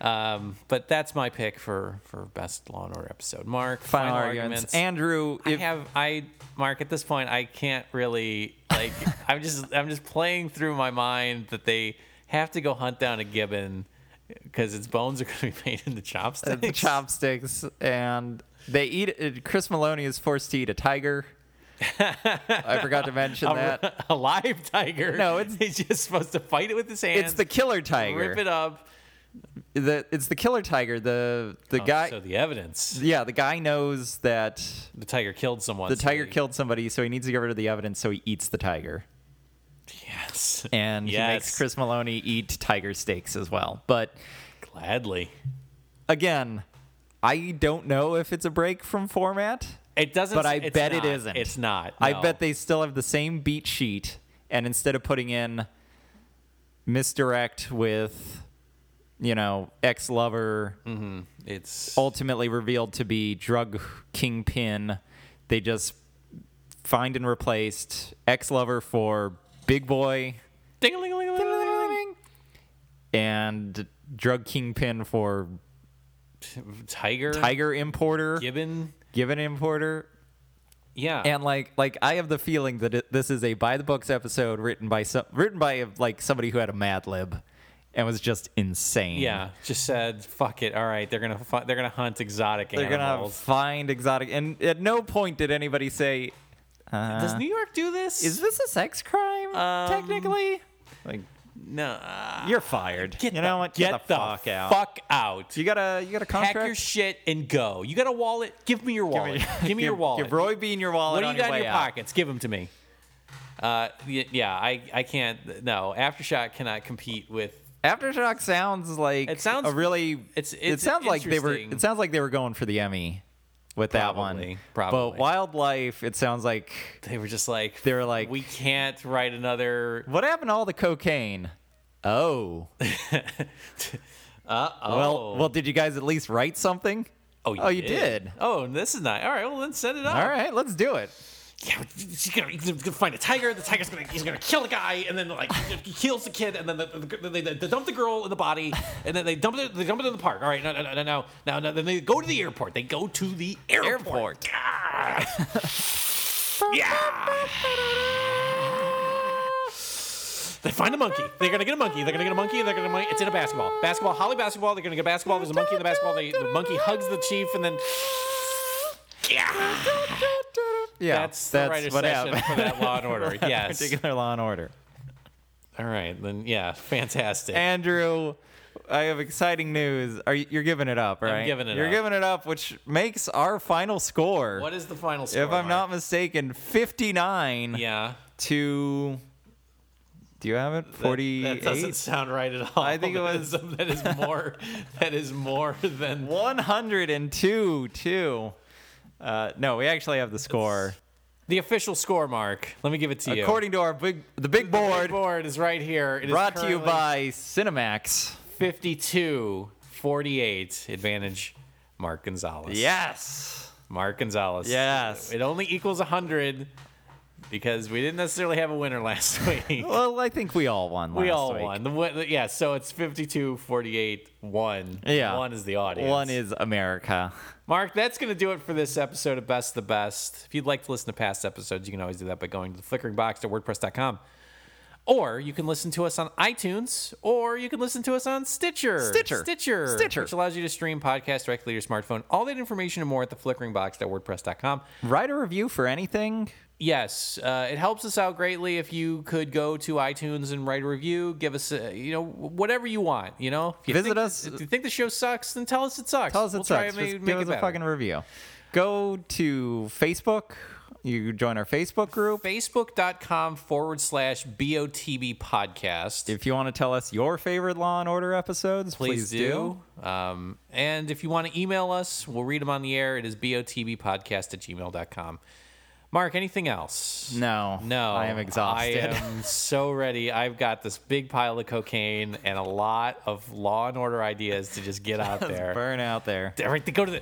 Um, but that's my pick for for best Law and Order episode. Mark,
Final, arguments. Andrew,
I
if,
have I Mark at this point I can't really like I'm just I'm just playing through my mind that they have to go hunt down a gibbon because its bones are going to be made into chopsticks.
the chopsticks and they eat it. Chris Maloney is forced to eat a tiger. I forgot to mention that.
a live tiger.
No, it's-
he's just supposed to fight it with his hands.
It's the killer tiger.
rip it up.
The, it's the killer tiger. The the guy
Oh, So the evidence,
Yeah, the guy knows that
the tiger killed someone.
the
so
tiger
he-
killed somebody, so he needs to get rid of the evidence, so he eats the tiger.
Yes,
And he makes Chris Maloney eat tiger steaks as well. But
gladly.
again, I don't know if it's a break from format.
It doesn't.
But I
it's
bet
not.
it isn't.
It's not.
I
no.
bet they still have the same beat sheet, and instead of putting in misdirect with, you know, ex lover
it's
ultimately revealed to be drug kingpin. They just
find and replaced ex lover for Big Boy
Ding-a-ling-a-ling-a-ling.
and drug kingpin for
Tiger.
Tiger Importer,
Gibbon.
Given Importer.
Yeah.
And like, like I have the feeling that it, this is a by the books episode written by some, written by like somebody who had a Mad Lib, and was just insane.
yeah. Just said, fuck it. All right. They're gonna fu- they're gonna hunt exotic
they're gonna
animals.
find exotic. And at no point did anybody say,
Does New York do this?
uh, "Is this a sex crime?"
Um,
technically, like
no. uh,
you're fired.
get the,
you know what?
Get, the,
fuck out.
Fuck out.
You got a you got a
Pack
contract.
your shit and go. You got a wallet? Give me your wallet. Give me, your wallet.
Give Roy Bean your wallet.
what do
on
you got in
way
your
out.
pockets? Give them to me. Uh, y- yeah, I, I can't. No, aftershock cannot compete with.
Aftershock sounds like
It sounds-
a really.
it's-
it
it's
sounds like they were.
interesting.
It sounds like they were going for the Emmy with that
Probably,
one.
probably.
But wildlife, it sounds like
They were just like
They were like-
we can't write another.
what happened to all the cocaine? Oh,
Uh oh.
well, well. Did you guys at least write something?
oh, you,
oh, you did.
Oh, and this is not all right. Well, then set it up.
All right, let's do it.
Yeah, she's gonna, he's gonna find a tiger. The tiger's gonna he's gonna kill the guy, and then like he kills the kid, and then the, the, they, they dump the girl in the body, and then they dump it they dump it in the park. All right, no no no no no no. no then they go to the airport. They go to the airport.
Airport.
Ah. yeah. They find a monkey. They're gonna get a monkey. They're gonna get a monkey. They're gonna monkey. It's in a basketball. Basketball. Holly basketball. They're gonna get a basketball. There's a monkey in the basketball. They, the monkey hugs the chief, and then yeah.
Yeah,
That's, the writer's
what
session for
happened.
that Law and Order. Yes.
Particular Law and Order.
All right, then yeah, fantastic.
Andrew, I have exciting news. Are you, you're giving it up, right?
giving it
you're
up.
giving it up, which makes our final score.
what is the final score?
if I'm
Mark?
not mistaken, 59
yeah,
to. Do you have it?
that
48.
doesn't sound right at all.
I think it
That
was-
is- that is more. that is more than
102 two. Uh, no, we actually have the score
the official score, Mark. Let me give it to you.
according to our big the big
The
board.
big board is right here. It is
Brought to you
currently
by Cinemax.
52 48 advantage. Mark Gonzalez.
Yes.
Mark Gonzalez.
Yes.
It only equals 100 because we didn't necessarily have a winner last week.
Well, I think we all won. Last
We all
week.
won. The, win- the- yeah, so it's 52 48 1.
Yeah.
1 is the audience.
One is America.
Mark, that's going to do it for this episode of Best of the Best. If you'd like to listen to past episodes, you can always do that by going to theflickeringbox.wordpress.com. Or you can listen to us on iTunes, or you can listen to us on Stitcher.
Stitcher.
Stitcher.
Stitcher.
Which allows you to stream podcasts directly to your smartphone. All that information and more at theflickeringbox.wordpress.com.
Write a review for anything.
Yes, uh, it helps us out greatly if you could go to iTunes and write a review. Give us, a, you know, whatever you want. You know, if you
Visit
think,
us-
If you think the show sucks, then tell us it sucks.
Tell us it
We'll Try
sucks.
and ma-
Just
make,
give
it
us a
better.
fucking review. Go to Facebook. You join our Facebook group.
Facebook.com forward slash BOTB podcast.
If you want to tell us your favorite Law and Order episodes, please, do.
Um, and if you want to email us, we'll read them on the air. It is BOTBpodcast at gmail.com. Mark, anything else?
No,
No.
I am exhausted.
I am so ready. I've got this big pile of cocaine and a lot of law and order ideas to just get out there.
Burn out there.
All right, they go to the.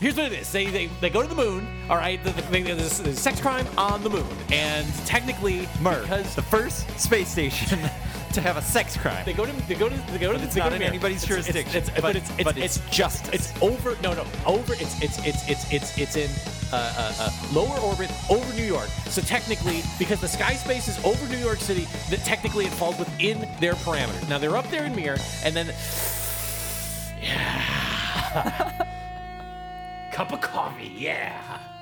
Here's what it is. They they, they go to the moon. All right, the, the, there's, there's sex crime on the moon, and technically,
Murr,
because
the first space station to have a sex crime.
They go to they go to they go to
it's
they go
not
to
in
Mary.
anybody's
It's- it's-
jurisdiction,
it's-
but-
But it's
but
it's
it's justice.
It's over. No, no, over. It's it's it's it's it's it's in uh, uh, uh, lower orbit over New York. So technically, because the sky space is over New York City, that technically it falls within their parameters. Now they're up there in Mir, and then. Cup of coffee, yeah.